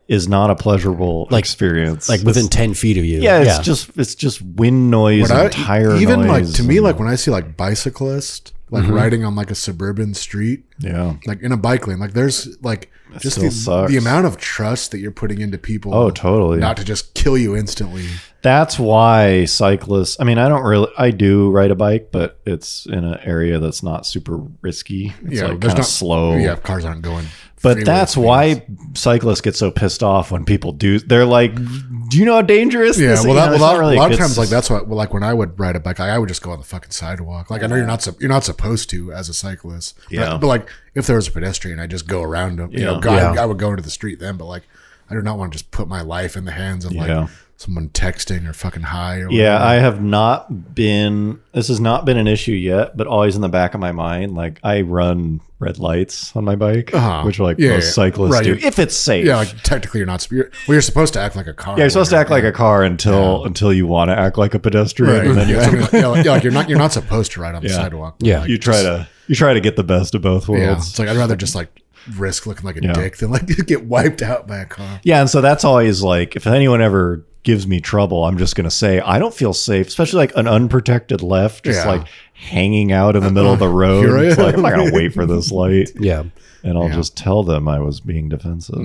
is not a pleasurable experience.
like
It's-
within ten feet of you.
yeah, it's just it's just wind noise
When I-
and tire
even
noise.
like to me,
and-
like when I see like bicyclists like riding on like a suburban street,
yeah,
like in a bike lane, like there's like just
still
the,
sucks.
the amount of trust that you're putting into people.
Oh, totally.
Not to just kill you instantly.
that's why cyclists. I mean, I don't really. I do ride a bike, but it's in an area that's not super risky. It's like
there's
kind of slow.
Yeah, cars aren't going.
But
freeway
that's
speeds.
why cyclists get so pissed off when people do. They're like, "Do you know how dangerous?"
Yeah,
this is?"
well,
You
that,
know,
well,
it's
that-
not really
a lot of
good
times, like that's what, well, like when I would ride a bike, like, I would just go on the fucking sidewalk. Like I know you're not, sup- you're not supposed to as a cyclist. But-
Yeah.
But, like if there was a pedestrian, I just go around him. You know,
Yeah.
go, I-
Yeah.
I, would go into the street then. But like, I do not want to just put my life in the hands of
Yeah.
like someone texting or fucking high. Or
Yeah,
whatever.
I have not been. This has not been an issue yet, but always in the back of my mind, like I run red lights on my bike,
Uh-huh.
which like
Yeah,
most
yeah,
cyclists
right.
do if it's safe.
yeah. Like technically, you're not. You're, well, you're supposed to act like a car.
Yeah, you're supposed to act like
a.
a car until until you want to act like a pedestrian,
Right.
and then you,
yeah, something like, yeah, like- yeah, like you're not you're not supposed to ride on the
Yeah.
sidewalk.
Yeah.
Like,
you try
just-
to you try to get the best of both worlds.
Yeah, it's like I'd rather just like risk looking like a
Yeah.
dick than like get wiped out by a car.
Yeah, and so that's always like if anyone ever gives me trouble, I'm just gonna say I don't feel safe, especially like an unprotected left, just
Yeah.
like hanging out in the middle of the road.
Here I
It's like,
am.
I'm not gonna wait for this light,
yeah.
and I'll
Yeah. Mm-hmm.
just tell them I was being defensive,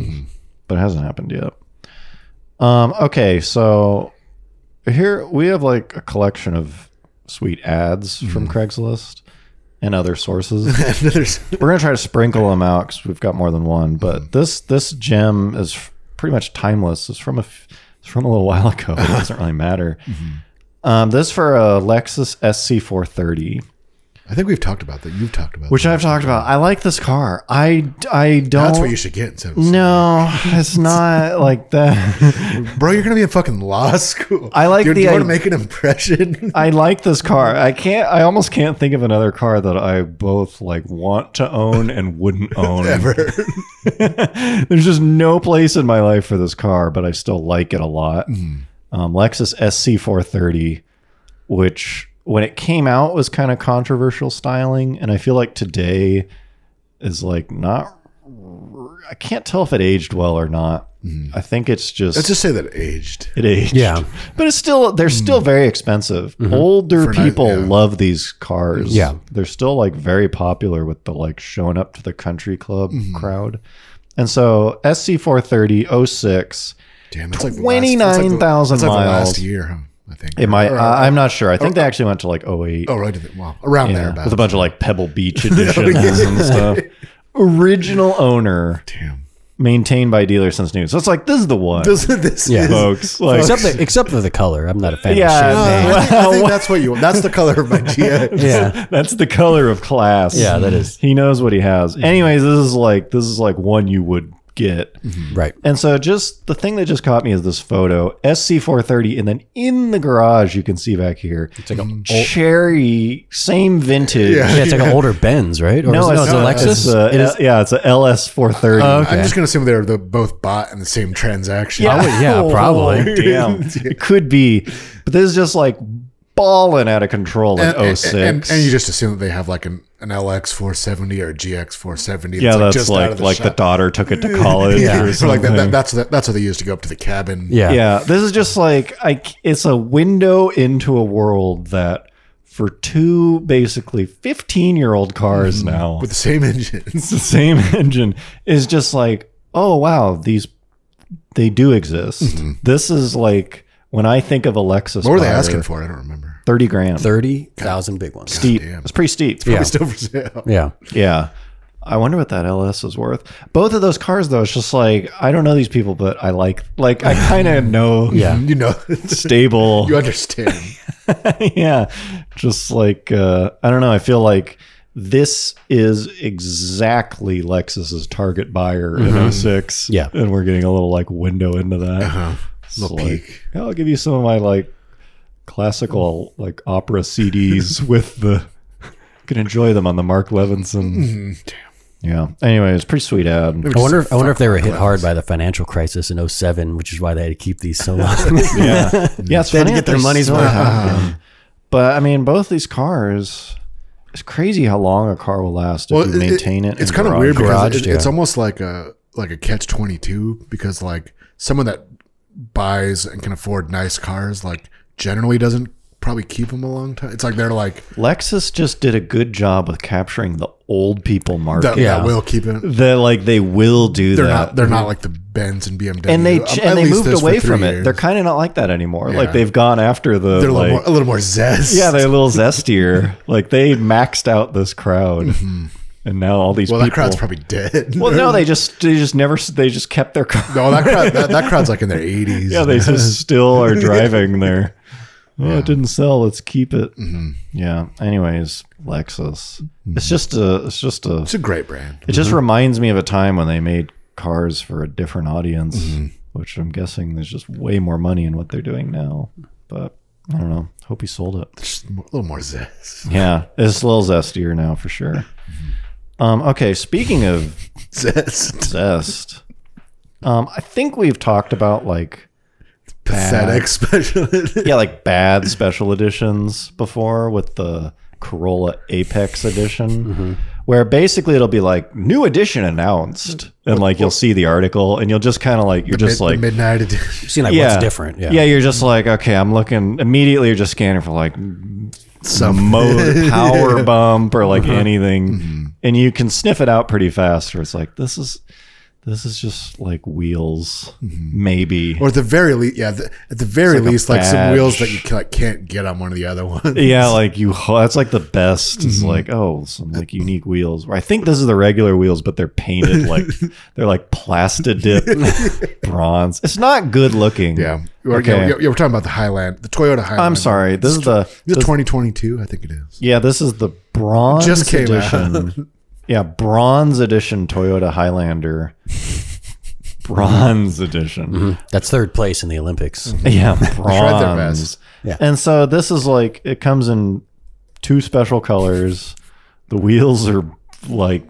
but it hasn't happened yet. Um, okay, so here we have like a collection of sweet ads from
Mm-hmm.
Craigslist and other sources.
And there's-
We're gonna try to sprinkle them out because we've got more than one. But
Mm-hmm.
this this gem is f- pretty much timeless. It's from a f- it's from a little while ago. But it doesn't really matter.
Mm-hmm.
Um, this is for a Lexus SC430,
I think we've talked about that. You've talked about
which
that.
I've talked about. I like this car. I I don't.
That's what you should get. instead of-
no, it's not like that.
bro, you're gonna be in fucking law school.
I like
you,
the
you want to
i-
make an impression.
I like this car. I can't. I almost can't think of another car that I both like want to own and wouldn't own
Ever.
There's just no place in my life for this car, but I still like it a lot. Um, Lexus SC430, which when it came out was kind of controversial styling, and I feel like today is like not. I can't tell if it aged well or not. I think it's just
Let's just say that it aged.
it aged.
Yeah.
But it's still they're still very expensive. Older
Hmm. Mm-hmm. For nice-
people
yeah.
love these cars.
Yeah.
They're still like very popular with the like showing up to the country club
Mm-hmm.
crowd. And so SC430 06
Damn, that's like the last- that's like the-
29,000
that's like the
miles.
Last year, huh, I think.
it might
Or- uh,
I, I'm not sure. I think they actually went to like 08
oh, right. Well, around there.
yeah,
About.
with a bunch of like Pebble Beach editions and stuff. Original owner
Damn.
maintained by dealer since new. So it's like this is the one,
This, this
Yeah.
is-
folks. Like
Except the, except for the color. I'm not a fan
Yeah,
of
Uh,
champagne.
I, think, I think that's what you want. That's the color of my GX.
Yeah.
That's the color of class.
Yeah, that is. Mm-hmm.
He knows what he has. Anyways, this is like this is like one you would get.
Right.
And so just the thing that just caught me is this photo, SC430 and then in the garage you can see back here. It's like a
Oh.
cherry same vintage.
Yeah.
Yeah, it's like an older Benz, right? Or Oh, is it-
not.
it's a Lexus.
It's uh, a-
it is. Oh,
yeah, it's a LS430.
I'm just gonna assume they're the, both bought in the same transaction.
I would- yeah, probably.
Damn. It could be. But this is just like balling out of control in
And,
oh
and,
06.
and- and you just assume that they have like an, an LX 470 or a GX 470.
yeah, that's
just out
like
of
like the
shop.
daughter took it to college or
So
something.
like that, that, that's the, that's what they use to go up to the cabin.
Yeah.
yeah this is just like I, c- it's a window into a world that for two basically 15 year old cars now
Mm-hmm. with the same engines.
it's the same engine is just like oh wow these they do exist this is like when i think of a lexus
Mm-hmm. What were they
buyer,
asking for? I don't remember.
30 grand
Thirty thousand big ones.
steep
Goddamn.
it's pretty steep
Yeah.
Still for sale.
Yeah.
yeah i wonder what that ls is worth both of those cars though it's just like i don't know these people but i like like i kind of know
Yeah.
You know,
stable
you understand.
yeah just like uh i don't know i feel like this is exactly lexus's target buyer
Mm-hmm.
in 06
Yeah.
and we're getting a little like window into that It's
Uh-huh. Little
like,
peek.
"Yeah, i'll give you some of my like classical like opera cds with the you can enjoy them on the mark
Mm-hmm.
levinson yeah anyway it's pretty sweet ad
I wonder. If, I wonder if they were hit hard by the financial crisis in 07, which is why they had to keep these so long.
yeah yeah it's
They had
funny
to get
that
their
they
money's
still
worth.
have them. but i mean both these cars it's crazy how long a car will last if
Well,
you
it-
maintain it,
It's
and
kind of
garage
weird because
Garage,
it- it's
yeah.
almost like a like a catch twenty two because like someone that buys and can afford nice cars like generally doesn't probably keep them a long time. It's like they're like
Lexus just did a good job of capturing the old people market.
that,
That,
yeah, we'll keep it.
like they will do
They're
that.
not they're not like the Benz and BMW.
and they
Um, at
and they
least
moved
this for
away
three
from it.
years.
They're kind of not like that anymore. Like
Yeah.
they've gone after the
They're a
like
little more a little more zest.
yeah, they're a little zestier. like they maxed out this crowd, and now all these
Mm-hmm. well that
people.
crowd's probably dead.
well, no, they just they just never they just kept their car.
no that crowd that, that crowd's like in their eighties.
Yeah, they just still are driving there. Oh, it didn't sell. Let's keep it. Yeah. Anyways, Lexus. It's just a. It's just a.
it's a great brand.
It just reminds me of a time when they made cars for a different audience, which I'm guessing there's just way more money in what they're doing now. But I don't know. Hope he sold it.
Just a little more zest.
Yeah, it's a little zestier now for sure. Um, okay, speaking of
Zest.
zest, um, I think we've talked about like
Pathetic special.
yeah, like bad special editions before with the Corolla Apex edition, where basically it'll be like new edition announced, and like you'll see the article, and you'll just kind of like you're just
Mid-
like.
midnight edition.
Seeing like
yeah,
what's different. Yeah.
yeah. You're just like, okay, I'm looking immediately. You're just scanning for like
Some Uh-huh.
motor power bump or like anything,
Mm-hmm.
and you can sniff it out pretty fast. Or it's like this is, this is just like wheels,
Mm-hmm.
maybe.
or at the very least, yeah, the, at the very
a
least, like some wheels that
badge.
you can, like, can't get on one of the other ones.
Yeah, like you. That's like the best. It's
Mm-hmm.
like oh, some like unique wheels. Where I think this is the regular wheels, but they're painted like they're like plastidip bronze. It's not good looking.
Yeah. We're,
Okay.
yeah, we're- yeah, we're talking about the Highland, the Toyota Highland.
I'm sorry. This is the
Is it
this-
2022? I think it is.
yeah. This is the bronze
Just came
edition. Yeah, bronze edition Toyota Highlander. Bronze edition.
That's third place in the Olympics.
Yeah,
Tried their
bronze.
best.
Yeah.
And so this is like it comes in two special colors. The wheels are like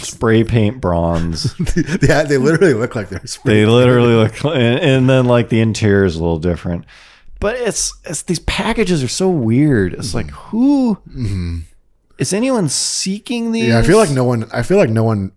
spray paint bronze.
yeah, they literally look like they're.
they literally look, and, and then like the interior is a little different. But it's it's these packages are so weird. It's like who is anyone seeking these?
Mm-hmm. Yeah, I feel like no one. I feel like no one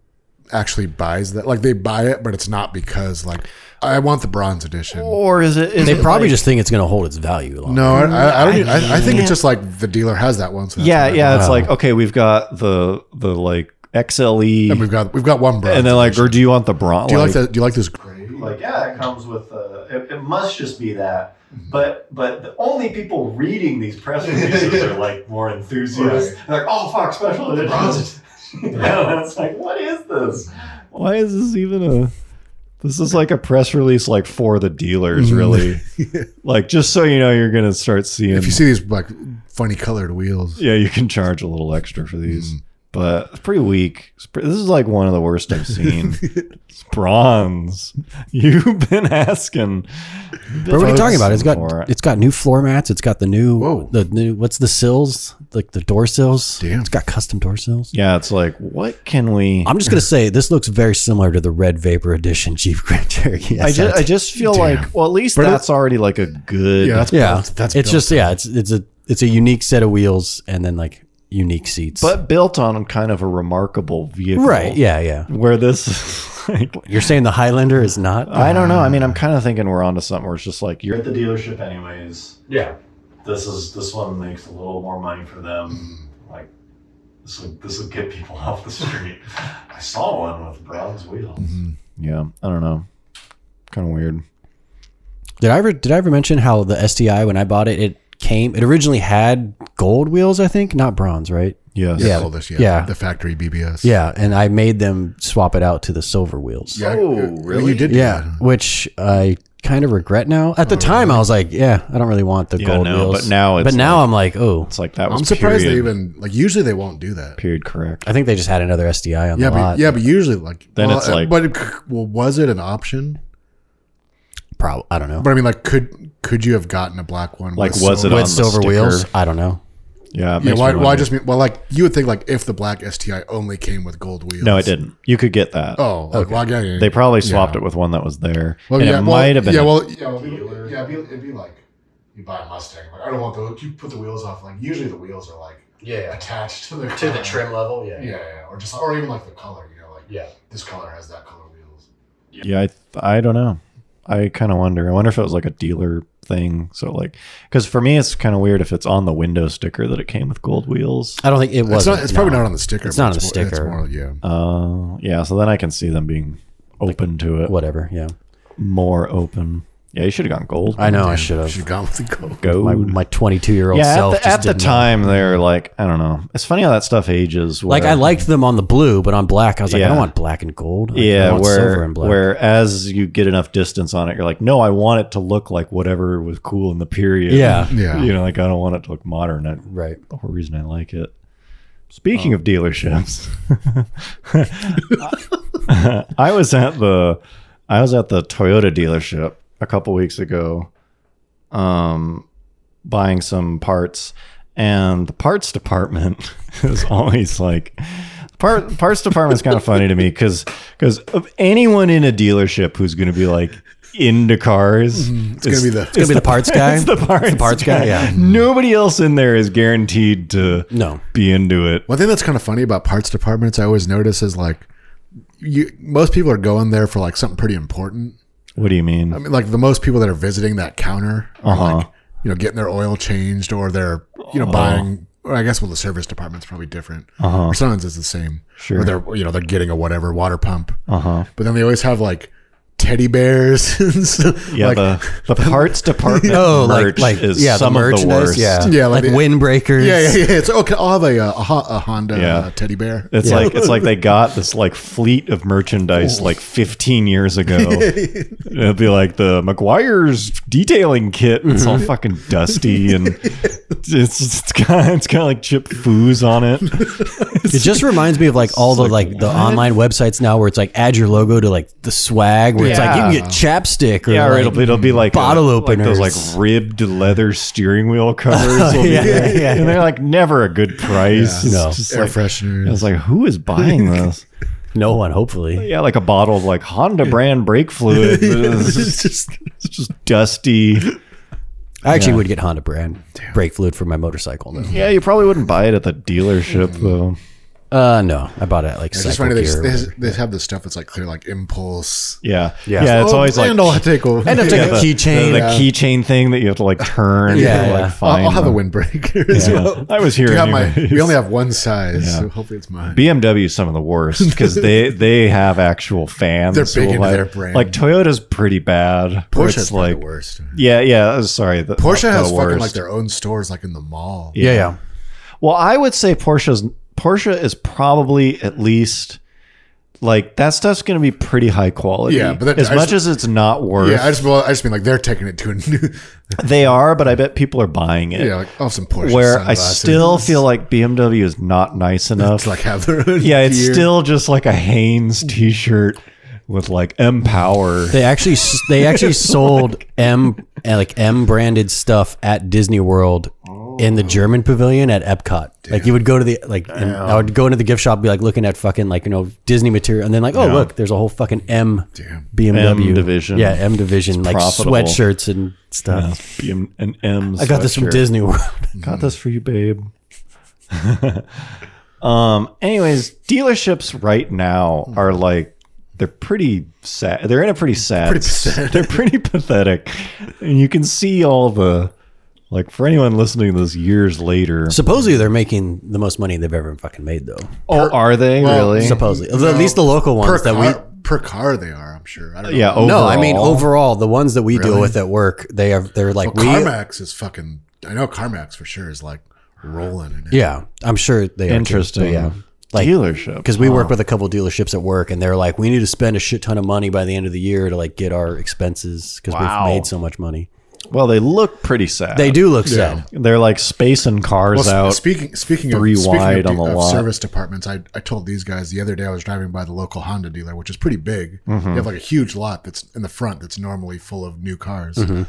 actually buys that. Like they buy it, but it's not because like I want the bronze edition.
Or is it? Is
They
it
probably
like-
just think it's going to hold its value. Long.
No, I, I, I don't. e,
I-
I, I think
yeah.
it's just like the dealer has that one. So that's
Yeah,
what I
yeah. It's
Wow.
like okay, we've got the the like XLE,
And
and,
we've got we've got one bronze.
then like, or do you want the bronze?
do you like that? Do you like this gray?
like yeah it comes with uh, it, it must just be that
Mm-hmm.
but but the only people reading these press releases are like more enthusiasts they're like oh fuck special edition yeah, it's like what is this why is this even a this is like a press release like for the dealers really like just so you know you're gonna start seeing
Mm-hmm. If you see these like funny colored wheels,
yeah you can charge a little extra for these
Mm.
but it's pretty weak It's pre- this is like one of the worst i've seen it's bronze you've been asking
But what are you talking about? It's got
Before.
it's got new floor mats. It's got the new
Whoa.
the new what's the sills like the door sills.
Damn.
It's got custom door sills.
yeah it's like what can we
I'm just gonna say this looks very similar to the Red Vapor Edition Jeep Grand Cherokee.
I, just,
SI.
I just feel like well at least that's already like a good
yeah, Oh, that's
yeah,
built- that's
it's
built.
just yeah, it's it's a it's a unique set of wheels and then like unique seats.
but built on kind of a remarkable vehicle
right, yeah, yeah.
where this is like
You're saying the Highlander is not?
I don't
Um,
know. I mean, I'm kind of thinking we're onto something where it's just like you're at the dealership anyways. Yeah. This is this one makes a little more money for them. Like this would this would get people off the street. I saw one with bronze wheels.
Mm-hmm.
Yeah, I don't know. Kind of weird.
Did I ever did I ever mention how the STI when I bought it it came it originally had gold wheels I think not bronze right
Yes.
yeah, all this, yeah,
yeah.
the factory BBS.
yeah and I made them swap it out to the silver wheels
Yeah,
Oh,
I- well,
really?
You did, Oh, do
Yeah,
that.
which I kind of regret now. At the time, I was like, yeah, I don't really want the
Yeah,
gold
no,
wheels.
but now it's
but now I'm like, oh,
It's like that was
I'm surprised
period,
they even like. Usually they won't do that.
period correct.
I think they just had another SDI on
Yeah,
the
but
lot.
yeah, but usually like
Then
well,
it's
uh,
like-
but it, c- well, was it an option?
probably. I don't know.
But I mean, like, could could you have gotten a black one?
Like,
with
was it
silver?
on
With
the
silver
sticker.
wheels, I don't know.
Yeah. it
Yeah,
makes
why?
me
Why
wonder.
just mean? Well, like you would think, like if the black STI only came with gold wheels.
No, it didn't. You could get that.
Oh, like, well, yeah, yeah, yeah.
They probably swapped it with one that was there.
Well,
and it might have been
Yeah, well, yeah, well, it'd, yeah, it'd be, it'd be like you buy a Mustang. Like, I don't want the you put the wheels off. Like usually the wheels are like
Yeah.
attached to the
To the
car.
trim level, yeah.
Yeah, yeah, yeah, or just or even like the color. You know, like
Yeah.
this color has that color wheels.
Yeah, I, I don't know. I kind of wonder. I wonder if it was like a dealer thing. So like, because for me, it's kind of weird if it's on the window sticker that it came with gold wheels.
I don't think it
It's
was.
not. It's probably not on the sticker.
It's
but
not on the
more-
sticker.
It's more, yeah.
Uh, yeah. So then I can see them being open to it.
Whatever. Yeah,
More open. Yeah, you should have gone gold.
I know. I should have.
Should gone with the gold.
Gold.
My my 22 year old
yeah,
self.
at the,
just
at the
didn't-
time, they're like, I don't know. It's funny how that stuff ages.
like
where-
I liked them on the blue, but on black, I was like,
Yeah.
I don't want black and gold. Like, I
Yeah,
want silver
where
and black.
where as you get enough distance on it, you're like, no, I want it to look like whatever was cool in the period.
Yeah.
Yeah.
you know, like I don't want it to look modern. I,
right.
the whole reason I like it.
Oh.
Speaking of dealerships, I was at the I was at the Toyota dealership a couple weeks ago, um, buying some parts, and the parts department is always like. Part, parts department's kind of funny to me because of anyone in a dealership who's going to be like into cars,
Mm-hmm. It's gonna be the.
It's gonna be the parts guy.
it's the parts,
parts guy, yeah.
Nobody else in there is guaranteed to
No.
be into it.
One thing that's kind of funny about parts departments, I always notice is like, you most people are going there for like something pretty important.
What do you mean?
I mean, like the most people that are visiting that counter are like,
Uh-huh.
you know, getting their oil changed or they're, you know,
Oh.
buying. Or I guess well, the service department's probably different. Uh-huh. Or sometimes it's the same. Sure. Or they're, you know, they're getting a whatever water pump. Uh-huh. But then they always have like teddy bears. and stuff,
yeah,
like,
the, the parts department
Oh,
merch
like like
is
yeah,
some
the
of the
merchandise,
worst.
yeah,
Yeah, like
like,
the-
windbreakers.
yeah, yeah, yeah. It's okay. I'll have a, uh, a, Ho- a Honda
Yeah.
uh, teddy bear.
It's like it's like they got this like fleet of merchandise like 15 years ago. It'll be like the McGuire's detailing kit. It's
Mm-hmm.
all fucking dusty and it's it's kind it's kind of like chip foos on it.
It just reminds me of like all the like, the online websites now where it's like add your logo to like the swag where it's like you can
Yeah.
get chapstick or
Yeah, or
like,
it'll, be- it'll be like
bottle
like those
openers.
like ribbed leather steering wheel covers. will be
Yeah,
there.
yeah,
and they're like never a good price.
Yeah.
It's
No.
just
Air
like, I
freshener.
was like, who is buying this?
no one hopefully.
yeah, like a bottle of like Honda brand brake fluid. It's just,
It's just
it's just dusty.
I actually would get Honda brand brake fluid for my motorcycle though.
Yeah, you probably wouldn't buy it at the dealership though.
Uh, no, I bought it at, like
It's just
Cycle
funny they, just,
Gear. or
they,
whatever.
they have this stuff that's like clear, like impulse.
Yeah,
Yeah.
yeah. It's
Oh,
always like
and I'll take a
And I'll take
yeah,
a keychain.
the,
Yeah.
keychain thing that you have to like turn.
Yeah,
yeah,
yeah.
like
I'll-
I'll,
find.
I'll have a
them.
windbreaker as
Yeah.
well.
I was
Do
here.
you have my,
anyways.
we only have one size, so hopefully it's mine.
BMW is some of the worst because they they have actual fans.
They're big
who
into
like,
their brand.
Like Toyota's pretty bad. where
Porsche's
it's
like
like
the worst.
yeah yeah. uh, Sorry, the,
Porsche
not
has
the
fucking like
worst.
their own stores, like in the mall.
yeah, yeah.
Well, I would say Porsche's Porsche is probably at least like that stuff's going to be pretty high quality.
Yeah, but that-
as
I
much
just-
as it's not worth,
Yeah, I just well, I just mean like they're taking it to a new,
they are. But I bet people are buying it.
yeah, like oh some Porsche.
where I
sunglasses.
still feel like BMW is not nice enough.
It's like have their own
yeah, it's
gear.
still just like a Hanes T-shirt with like Empower.
They actually s- they
Oh
actually sold M uh, like M branded stuff at Disney World in
Oh.
the German pavilion at Epcot. Like you would go to the like and I would go into the gift shop be like looking at fucking like you know Disney material and then like oh look there's a whole fucking M BMW
M division.
Yeah, M division like
profitable.
sweatshirts and stuff.
BM an M.
I got this from
sweatshirt.
Disney World.
Got this for you, babe. um. Anyways, dealerships right now
Hmm.
are like they're pretty sad. They're in a pretty sad.
Pretty pathetic.
They're pretty pathetic, and you can see all the like for anyone listening to this years later.
Supposedly they're making the most money they've ever fucking made though.
oh, are they
well,
really?
Supposedly,
No,
at least the local
per
ones that we
car, per car they are. I'm sure. I don't know.
yeah. Overall.
No, I mean overall, the ones that we deal with at work, they are they're
oh,
like we.
CarMax is fucking. I know CarMax for sure is like rolling in it.
Yeah, I'm sure they are.
Interesting.
too, but yeah, like
dealership
because we work with a couple dealerships at work, and they're like, we need to spend a shit ton of money by the end of the year to like get our expenses because
Wow.
we've made so much money.
Well, they look pretty
Uh,
sad.
They do look sad.
They're like spacing cars
Well,
out.
s- speaking speaking
three
of speaking
wide
of,
on
de-
the
of
lot.
service departments, I, I told these guys the other day I was driving by the local Honda dealer, which is pretty big.
Mm-hmm.
They have like a huge lot that's in the front that's normally full of new cars.
Mm-hmm.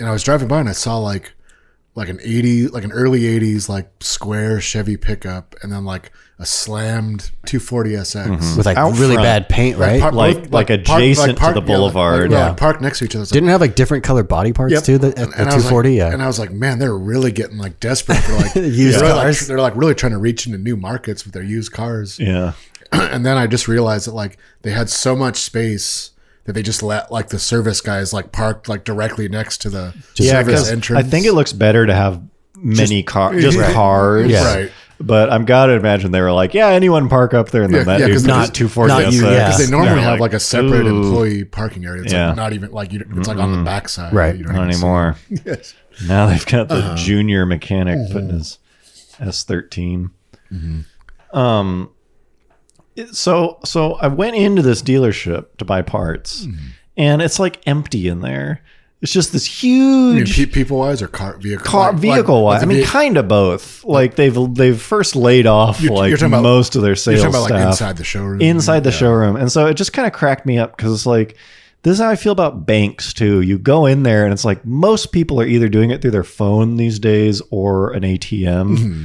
And I was driving by and I saw like like an eighty like an early '80s like square Chevy pickup, and then like a slammed 240 SX.
Mm-hmm.
with like
Out
really
front.
bad paint, right?
par-
Like-
both-
like
park-
adjacent to the
park- yeah, like-
boulevard.
like,
Yeah.
parked next to each other. It's like,
Didn't it have like different colored body parts
Yep.
too. The, at the
and I was
240,
like,
yeah.
And I was like, man, they're really getting like desperate for like
Used
they're, like-
cars.
they're like really trying to reach into new markets with their used cars.
yeah.
and then I just realized that like they had so much space that they just let like the service guys like parked like directly next to the
Yeah,
service
because I
entrance.
think it looks better to have many cars, just
Right.
cars.
Yeah. Right.
But I'm gotta imagine they were like, yeah, anyone park up there, and then
Yeah,
that
yeah, 'cause
dude
not-
not two forty.
not you, yeah.
because they normally
They're
have like a separate
"Ooh,
employee parking area. It's
Yeah.
like not even like you, it's like on the backside.
Right.
You
Not
even see-
anymore.
Yes. Uh-huh.
Now they've got the junior mechanic putting his S13.
Mm-hmm.
Um, it- so so I went into this dealership to buy parts,
Mm-hmm.
and it's like empty in there. It's just this
I mean,
huge
pe- people wise or car vehicle
car
like-
vehicle
like-
wise. I mean,
you're
kind of both. Like they've they've first laid off
You're-
like
you're talking about-
most of their sales
talking about like
staff
inside the showroom.
inside the showroom. And so it just kind of cracked me up because it's like, this is how I feel about banks too. You go in there and it's like most people are either doing it through their phone these days or an ATM.
Mm-hmm.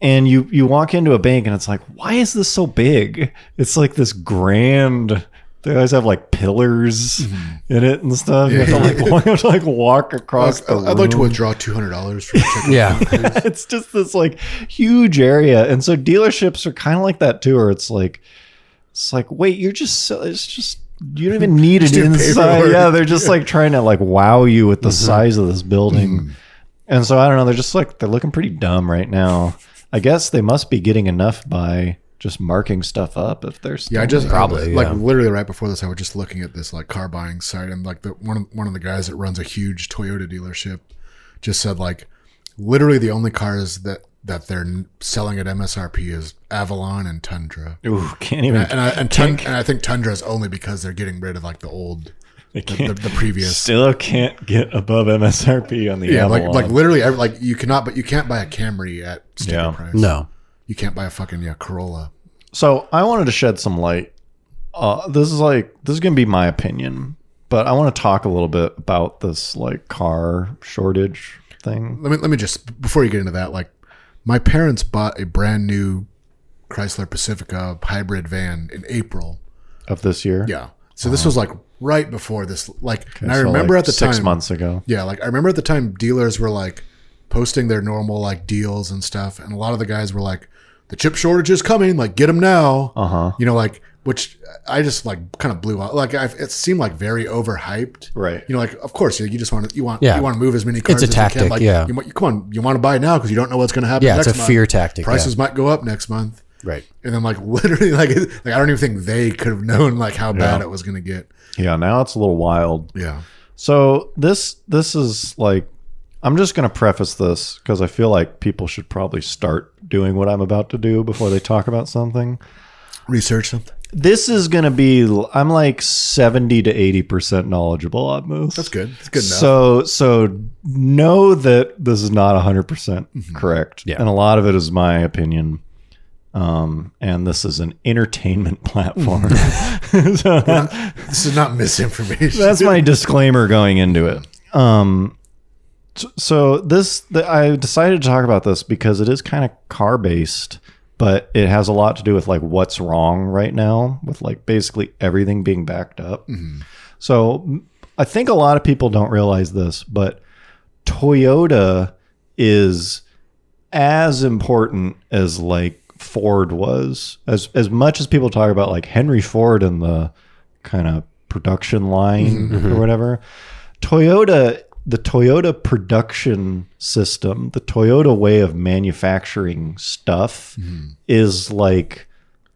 And you you walk into a bank and it's like, why is this so big? It's like this grand. They always have like pillars in it and stuff. You have to like, you have to like walk across.
Like,
the
Mm-hmm. I'd like to
room
withdraw two hundred dollars from checking.
yeah,
it's just this like huge area and so dealerships are kind of like that too where it's like it's like wait you're just so it's just you don't even need it
do
inside
paperwork. Mm-hmm.
yeah they're just like trying to like wow you with the size of this building and so i don't know they're just like they're looking pretty dumb right now i guess they must be getting enough by just marking stuff up if they're still
Yeah, I just
Probably,
I- like
yeah.
literally right before this, I was just looking at this like car buying site, and like the one of, one of the guys that runs a huge Toyota dealership just said like literally the only cars that that they're n- selling at MSRP is Avalon and Tundra,
Ooh, can't
Hmm.
even
and I, and, Tun- and I think Tundra is only because they're getting rid of like the old, the, the, the previous.
still can't get above msrp on the
yeah,
Avalon.
like like literally, every- like you cannot, but you can't buy a Camry at sticker
Yeah.
price.
no,
you can't buy a fucking yeah Corolla.
So I wanted to shed some light. Uh, this is like this is gonna be my opinion, but I want to talk a little bit about this like car shortage thing.
let me let me just before you get into that like my parents bought a brand new chrysler pacifica hybrid van in april
of this year.
yeah so this was like right before this. Like, and
Okay,
I
so,
remember
like,
at the
six
time,
months ago.
yeah, like I remember at the time, dealers were like posting their normal like deals and stuff, and a lot of the guys were like, "The chip shortage is coming, like get them now."
Uh huh.
You know, like which I just like kind of blew out. Like I, it seemed like very overhyped.
Right.
You know, like of course you, you just want to you want
Yeah.
you want to move as many cards.
a
as You
tactic,
can. Like,
yeah.
You, want- you, come on, you want to buy now because you don't know what's going to happen.
Yeah, it's
next
a
month.
fear tactic, yeah.
Prices might go up next month.
Right.
And then like literally like, it- like I don't even think they could have known like how bad
Yeah.
it was going to get.
Yeah. Now it's a little wild.
Yeah.
So this this is like I'm just going to preface this because I feel like people should probably start doing what I'm about to do before they talk about something.
Research something.
This is going to be I'm like 70 to 80 percent knowledgeable on this.
That's good. It's good enough.
So so know that this is not 100 percent
Mm-hmm.
correct,
Yeah.
and a lot of it is my opinion. Um, and this is an entertainment platform. so that-
this is not misinformation.
that's my disclaimer going into it. Um, t- so this the, I decided to talk about this because it is kind of car based, but it has a lot to do with like what's wrong right now with like basically everything being backed up. So m- I think a lot of people don't realize this, but Toyota is as important as like Ford was. As as much as people talk about like Henry Ford and the kind of production line or whatever, Toyota the Toyota production system, the Toyota way of manufacturing stuff is like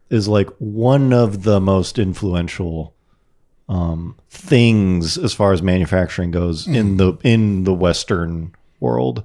is like one of the most influential um, things as far as manufacturing goes in the in the Western world,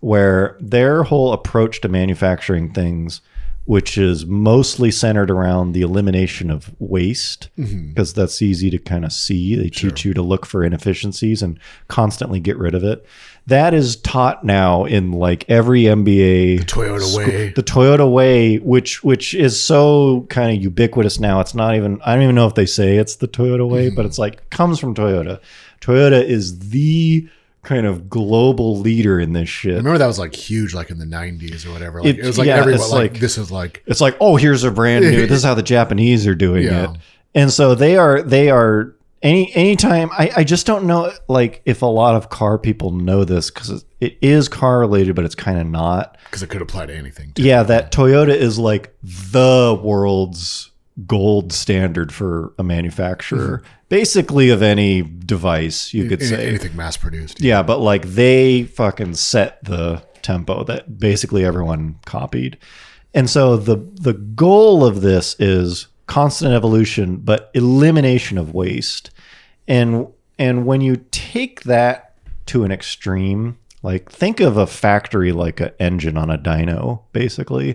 where their whole approach to manufacturing things, which is mostly centered around the elimination of waste, because that's easy to kind of see. They teach you to look for inefficiencies and constantly get rid of it. That is taught now in like every MBA
Toyota way.
the Toyota way, which which is so kind of ubiquitous now. It's not even I don't even know if they say it's the Toyota way, but
Mm-hmm.
it's like comes from Toyota. Toyota is the kind of global leader in this shit.
Remember that was like huge, like in the '90s or whatever. Like,
It-
it, was like
yeah,
everyone
it's
like,
like-
this is like
It's like, oh, here's a brand new. This is how the Japanese are doing
Yeah.
it. And so they are they are any anytime I, I just don't know like if a lot of car people know this because it is car related, but it's kind of not.
because it could apply to anything. too.
Yeah, that Toyota is like the world's gold standard for a manufacturer, basically of any device you could
Any-
say.
anything mass produced.
Yeah, but like they fucking set the tempo that basically everyone copied. And so the the goal of this is constant evolution but elimination of waste. And and when you take that to an extreme, like think of a factory like an engine on a dyno basically.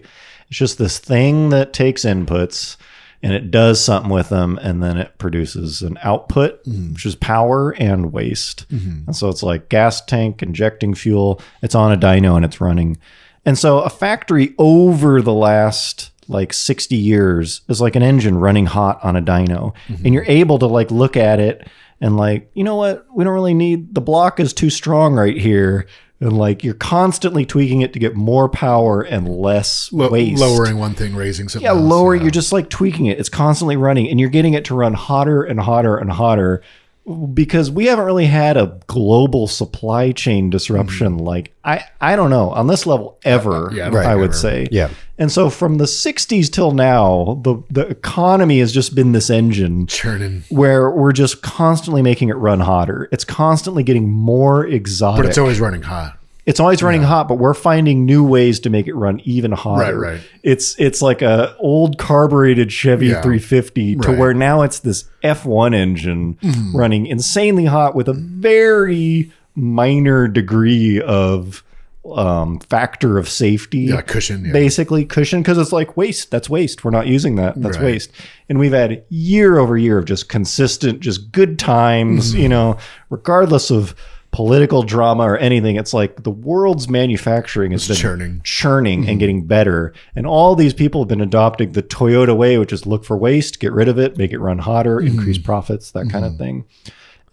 It's just this thing that takes inputs and it does something with them and then it produces an output which is power and waste and so it's like gas tank injecting fuel it's on a dyno and it's running and so a factory over the last like 60 years is like an engine running hot on a dyno and you're able to like look at it and like you know what we don't really need the block is too strong right here and like you're constantly tweaking it to get more power and less
Lo-
waste
lowering one thing, raising something.
yeah,
else,
lower. You're just like tweaking it. It's constantly running, and you're getting it to run hotter and hotter and hotter because we haven't really had a global supply chain disruption like I I don't know on this level ever.
Mm-hmm. yeah, I don't
I
think
would
ever.
say.
Yeah.
And so from the 60s till now, the the economy has just been this engine
churning,
where we're just constantly making it run hotter. It's constantly getting more exotic
but it's always running hot.
it's always running hot, but we're finding new ways to make it run even hotter.
Right, right.
It's it's like a old carbureted Chevy
Yeah.
350 to
Right. Mm-hmm.
where now it's this F1 engine running insanely hot with a very minor degree of um, factor of safety.
Yeah, cushion. Yeah.
Basically, cushion because it's like waste. That's waste. We're not using that. That's
Right.
waste. And we've had year over year of just consistent, just good times,
Mm-hmm.
you know, regardless of political drama or anything. It's like the world's manufacturing has been
churning.
churning
Mm-hmm.
and getting better. And all these people have been adopting the Toyota way, which is look for waste, get rid of it, make it run hotter,
Mm-hmm.
increase profits, that kind of thing.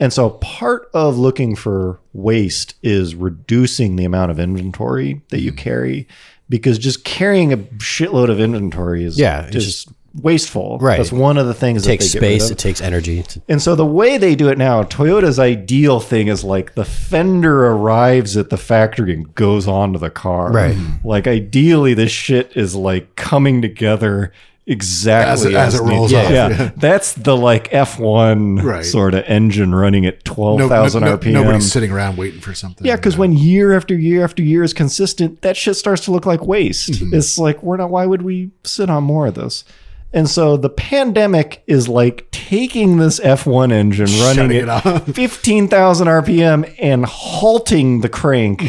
And so part of looking for waste is reducing the amount of
Mm-hmm.
inventory that you carry because just carrying a shitload of inventory is
Yeah, it's
just,
just
wasteful.
Right.
That's one of the things
It takes
that they get rid
space.
of.
It takes energy. It's-
And so the way they do it now, Toyota's ideal thing is like the fender arrives at the factory and goes onto the car. Mm-hmm.
Right.
Like ideally, this shit is like coming together
As it-
exactly
as it
needed.
rolls
yeah,
off,
Yeah.
yeah.
that's the like F one
Right.
sort of engine running at twelve
No, no,
thousand
no,
RPM.
nobody's sitting around waiting for something.
Yeah, because when year after year after year is consistent, that shit starts to look like waste. It's like we're not. Why would we sit on more of this? And so the pandemic is like taking this F1 engine, running
Shutting
it,
it off.
15,000 RPM, and halting the crank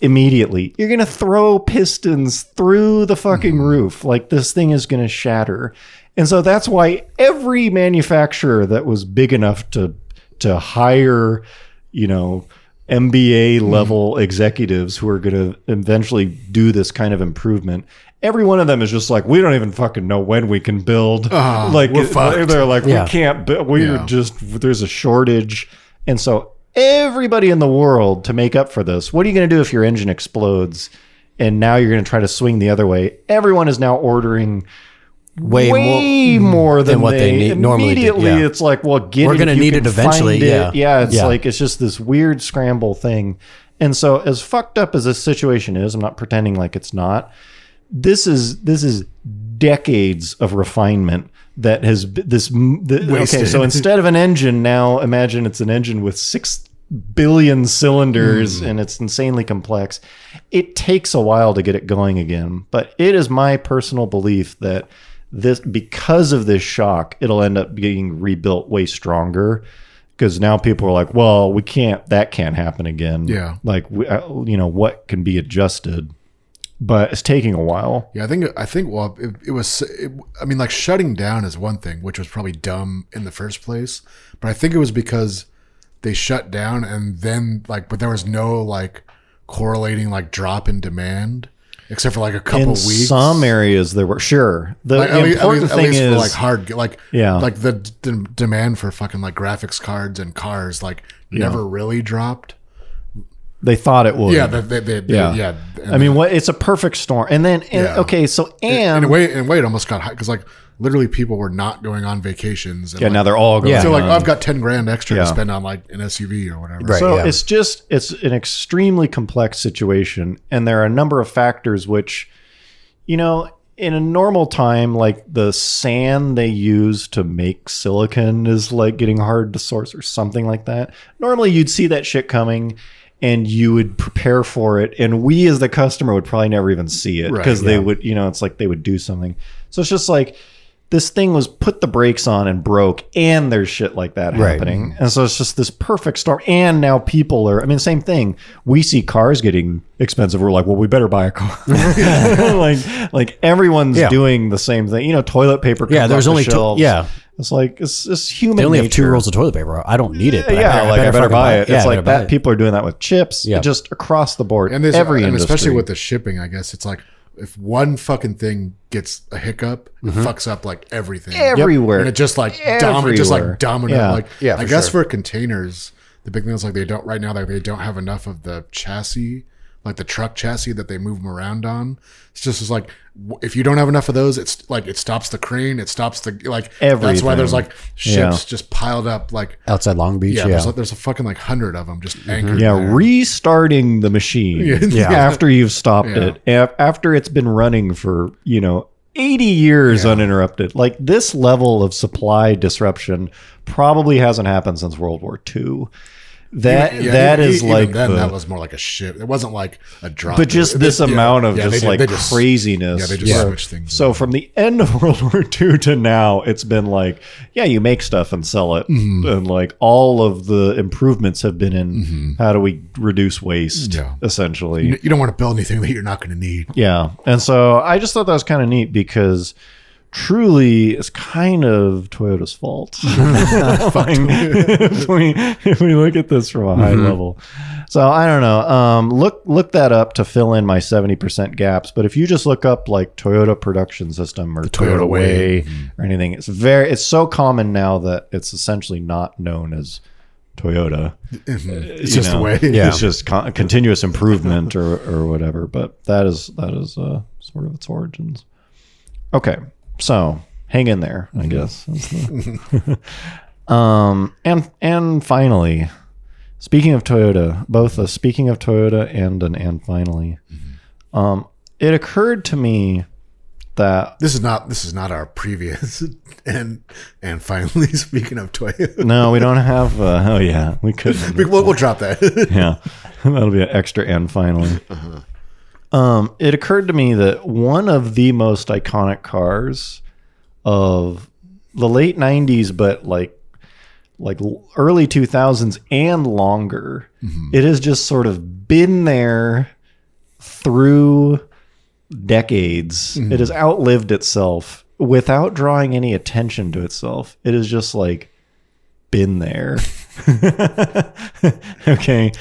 immediately. You're going to throw pistons through the fucking roof. Like this thing is going to shatter. And so that's why every manufacturer that was big enough to to hire, you know, MBA level executives who are going to eventually do this kind of improvement. Every one of them is just like, we don't even fucking know when we can build.
Ah,
like
we're
it-
fucked.
they're like,
Yeah.
we can't. bu- We're
Yeah.
just there's a shortage, and so everybody in the world to make up for this. What are you going to do if your engine explodes? And now you're going to try to swing the other way. Everyone is now ordering
Way, more.
way more than
what they need- normally do,
Immediately,
yeah.
it's like, well, get
We're
it
gonna
if you
need
can
it eventually,
find
yeah.
it. yeah. It's
Yeah.
like it's just this weird scramble thing. And so, as fucked up as this situation is, I'm not pretending like it's not. This is this is decades of refinement that has b- this. m- The, okay,
Wasted.
so instead of an engine, now imagine it's an engine with six billion
Hmm.
cylinders and it's insanely complex. It takes a while to get it going again, but it is my personal belief that this because of this shock, it'll end up being rebuilt way stronger. Because now people are like, well, we can't, that can't happen again.
Yeah.
Like, we, uh, you know, what can be adjusted? But it's taking a while.
Yeah, I think I think well, it, it was. It, I mean, like shutting down is one thing, which was probably dumb in the first place. But I think it was because they shut down and then like, but there was no like correlating like drop in demand, except for like a couple
In
weeks.
some areas, there were, sure. The,
like,
the
at least, at
important
least, at
thing
least
is,
for like hard, like
Yeah.
like the d- d- demand for fucking like graphics cards and cars like never really dropped.
they thought it would.
Yeah, they, they, they,
Yeah.
yeah, yeah. And
I mean, what? It's a perfect storm. And then, and,
Yeah.
okay, so
in
and
a way, in a way, it almost got high because like literally people were not going on vacations. And,
yeah,
like,
now they're all going.
Yeah.
So like
on.
I've got ten grand extra
Yeah.
to spend on like an SUV or whatever.
Right.
So
so
yeah.
it's just it's an extremely complex situation, and there are a number of factors which, you know, in a normal time, like the sand they use to make silicon is like getting hard to source or something like that. Normally, you'd see that shit coming. And you would prepare for it, and we as the customer would probably never even see it
Right,
because they
yeah.
would, you know, it's like they would do something. So it's just like this thing was put the brakes on and broke, and there's shit like that
Right.
happening. And so it's just this perfect storm. And now people are, I mean, same thing. We see cars getting expensive. We're like, well, we better buy a car. like, like everyone's
Yeah.
doing the same thing. You know, toilet paper. Comes
Yeah, there's
off the
only two-
shelves.
yeah.
It's like it's, it's human.
They only have two
nature.
rolls of toilet paper. I don't need it. but
Yeah, like I better
fucking
buy it.
Yeah,
it's
I
like
better buy
that.
it.
People are doing that with chips,
Yeah.
just across the board.
and this,
every
and especially
industry.
with the shipping, I guess it's like if one fucking thing gets a hiccup,
Mm-hmm.
it fucks up like everything
everywhere.
and it just like dominant, just
Everywhere.
like dominant.
Yeah.
Like
Yeah,
I
for
guess for containers, the big thing is like they don't right now like they don't have enough of the chassis. Like the truck chassis that they move them around on, it's just it's like w- if you don't have enough of those, it's like it stops the crane, it stops the like. That's why
Everything.
there's like ships
Yeah.
just piled up, like
outside Long Beach.
yeah,
Yeah,
There's, like, there's a fucking like hundred of them just anchored.
Mm-hmm. Yeah,
there.
restarting the machine
Mm-hmm. Yeah.
after you've stopped
Yeah.
it, af- after it's been running for, you know, 80 years uninterrupted. Like this level of supply disruption probably hasn't happened since World War II. That
Yeah, e-,
that
even-
is
even
like
then
the-
that was more like a ship. It wasn't like a drop.
but just
It-
this
yeah,
amount of
yeah,
just
they did-
like
they just-
craziness.
Yeah, they just
where-
switched things.
So from the end of World War II to now, it's been like, yeah, you make stuff and sell it,
Mm-hmm.
and like all of the improvements have been in how do we reduce waste,
Mm-hmm. Yeah.
essentially.
you you don't want to build anything that you're not going to need.
Yeah. And so I just thought that was kind of neat because truly it's kind of Toyota's fault. Like, if, we, if we look at this from a high level. So I don't know. Um, look look that up to fill in my 70% gaps. But if you just look up like Toyota production system or Toyota,
Toyota
way, Mm-hmm.
Way.
or anything, it's very it's so common now that it's essentially not known as Toyota
Mm-hmm. It's
you
just
know,
the way.
Yeah.
it's just con- continuous improvement or or whatever. But that is that is uh, sort of its origins. Okay, so hang in there,
Mm-hmm.
I guess. That's the- um, and and finally, speaking of Toyota, both a speaking of Toyota and an and finally,
Mm-hmm.
um, it occurred to me that
This is not this is not our previous and and finally speaking of Toyota,
no, we don't have. Uh, oh yeah, we could.
we, we'll, we'll drop that.
yeah, that'll be an extra and finally. Um, it occurred to me that one of the most iconic cars of the late '90s, but like like l- early 2000s and longer, it has just sort of been there through decades. It has outlived itself without drawing any attention to itself. It is just like been there. okay.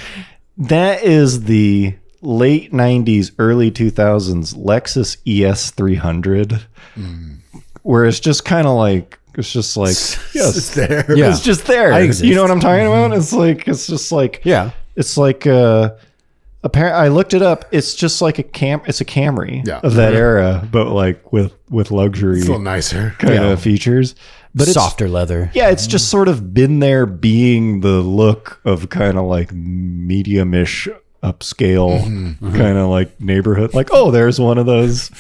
That is the late 90s, early 2000s Lexus E ES300, where it's just kind of like, it's just like,
it's there.
Yeah.
it's just there.
I exist.
You know what I'm talking about? It's like, it's just like,
Yeah.
it's like, uh, apparent. I looked it up. It's just like a cam. It's a Camry
Yeah.
of that era, but like with, with luxury
It's a little
kind
nicer.
of features. But it's
Softer leather.
yeah, it's just sort of been there being the look of kind of like medium-ish upscale kind of like neighborhood. Like, oh, there's one of those.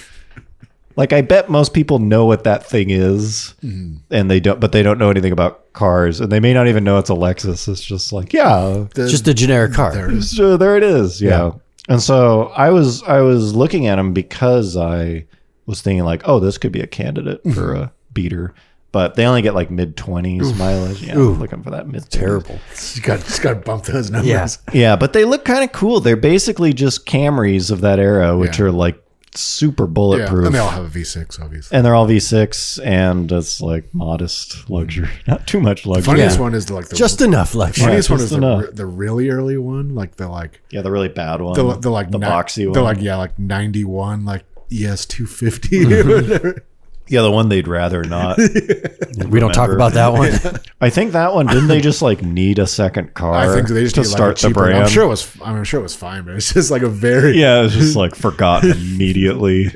Like I bet most people know what that thing is and they don't but they don't know anything about cars and they may not even know it's a Lexus. It's just like, yeah,
The-
Just a generic car.
there it is.
so there it is. Yeah. And so I was I was looking at him because I was thinking like, oh, this could be a candidate for
Mm-hmm.
a beater, but they only get like mid twenties mileage. Yeah, I'm looking for that mid
Terrible.
Just got just got to bump those numbers.
Yeah.
Yeah, but they look kind of cool. They're basically just Camrys of that era, which
Yeah.
are like super
Yeah,
bulletproof.
and they all have a V6, obviously.
and they're all V6, and it's like modest luxury, not too much luxury.
Funniest
Yeah.
one is the, like the
Just enough luxury.
funniest
yeah,
one is
just
the,
enough.
re- the really early one, like the like
Yeah, the really bad one.
the, the like
the
ni-
boxy one.
the like yeah like ninety one like ES two fifty or
Mm-hmm.
whatever.
yeah, the one they'd rather not.
we don't talk
remember.
about that one.
I think that one didn't they just like need a second car?
I think they just
to
need, like, a
start the
cheaper one.
brand.
I'm sure it was I'm sure it was fine, but it's just like a very
Yeah, it was just like forgotten immediately.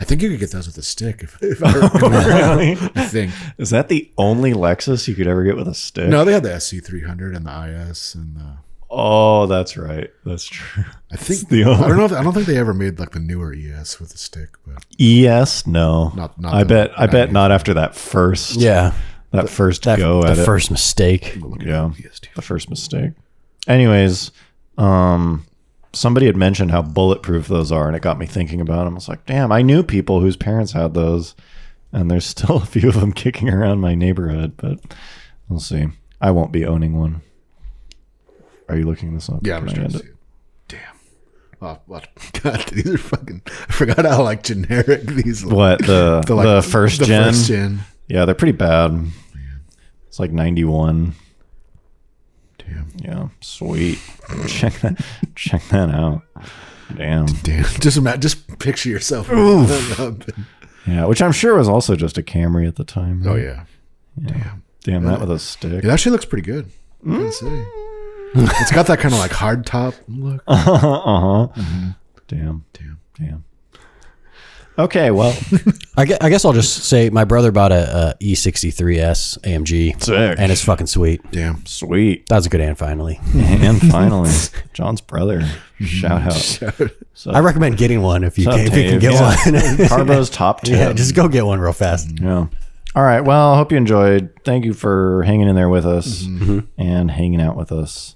I think you could get those with a stick if, if I
Oh.
remember. I think
Is that the only Lexus you could ever get with a stick?
no, they had the SC three hundred and the IS and the
Oh, that's right. That's true.
I think
the
I
only-
don't know if, I don't think they ever made like the newer ES with a stick, but
ES, E no.
Not- not
I
the-
bet. I
not
bet
yet.
not after that first.
yeah.
that first
That,
go
the
at it.
first mistake.
Yeah, the first mistake. Anyways, um, somebody had mentioned how bulletproof those are, and it got me thinking about them. I was like, damn, I knew people whose parents had those, and there's still a few of them kicking around my neighborhood. But we'll see. I won't be owning one. Are you looking this up?
yeah, I'm
Can
just
I
trying
end
to
it?
see it. Damn. Oh, what? God, these are fucking. I forgot how like generic these. look.
What the the,
like,
first
the
gen?
first gen.
Yeah, they're pretty bad. It's like 91.
Damn.
Yeah, sweet. check that. Check that out. Damn.
Damn. Just imagine, just picture yourself.
Yeah, which I'm sure was also just a Camry at the time.
oh yeah.
Damn, that with a stick.
It actually looks pretty good. I gotta say.
Mm.
it's got that kind of like hard top look.
Uh-huh. Damn. Damn. Damn. Okay, well,
I guess, I guess I'll just say my brother bought a, E a E63S AMG.
Sick.
And it's fucking sweet.
Damn.
sweet.
That was a good and finally.
And finally, John's brother. Shout out.
I recommend getting one if you
Up
can, if
to
you can
you.
get
Yeah.
one.
Carbo's top tip.
yeah, just go get one real fast.
Yeah. All right. Well, I hope you enjoyed. Thank you for hanging in there with us and hanging out with us.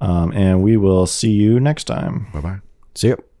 Um, and we will see you next time.
Bye bye.
See you.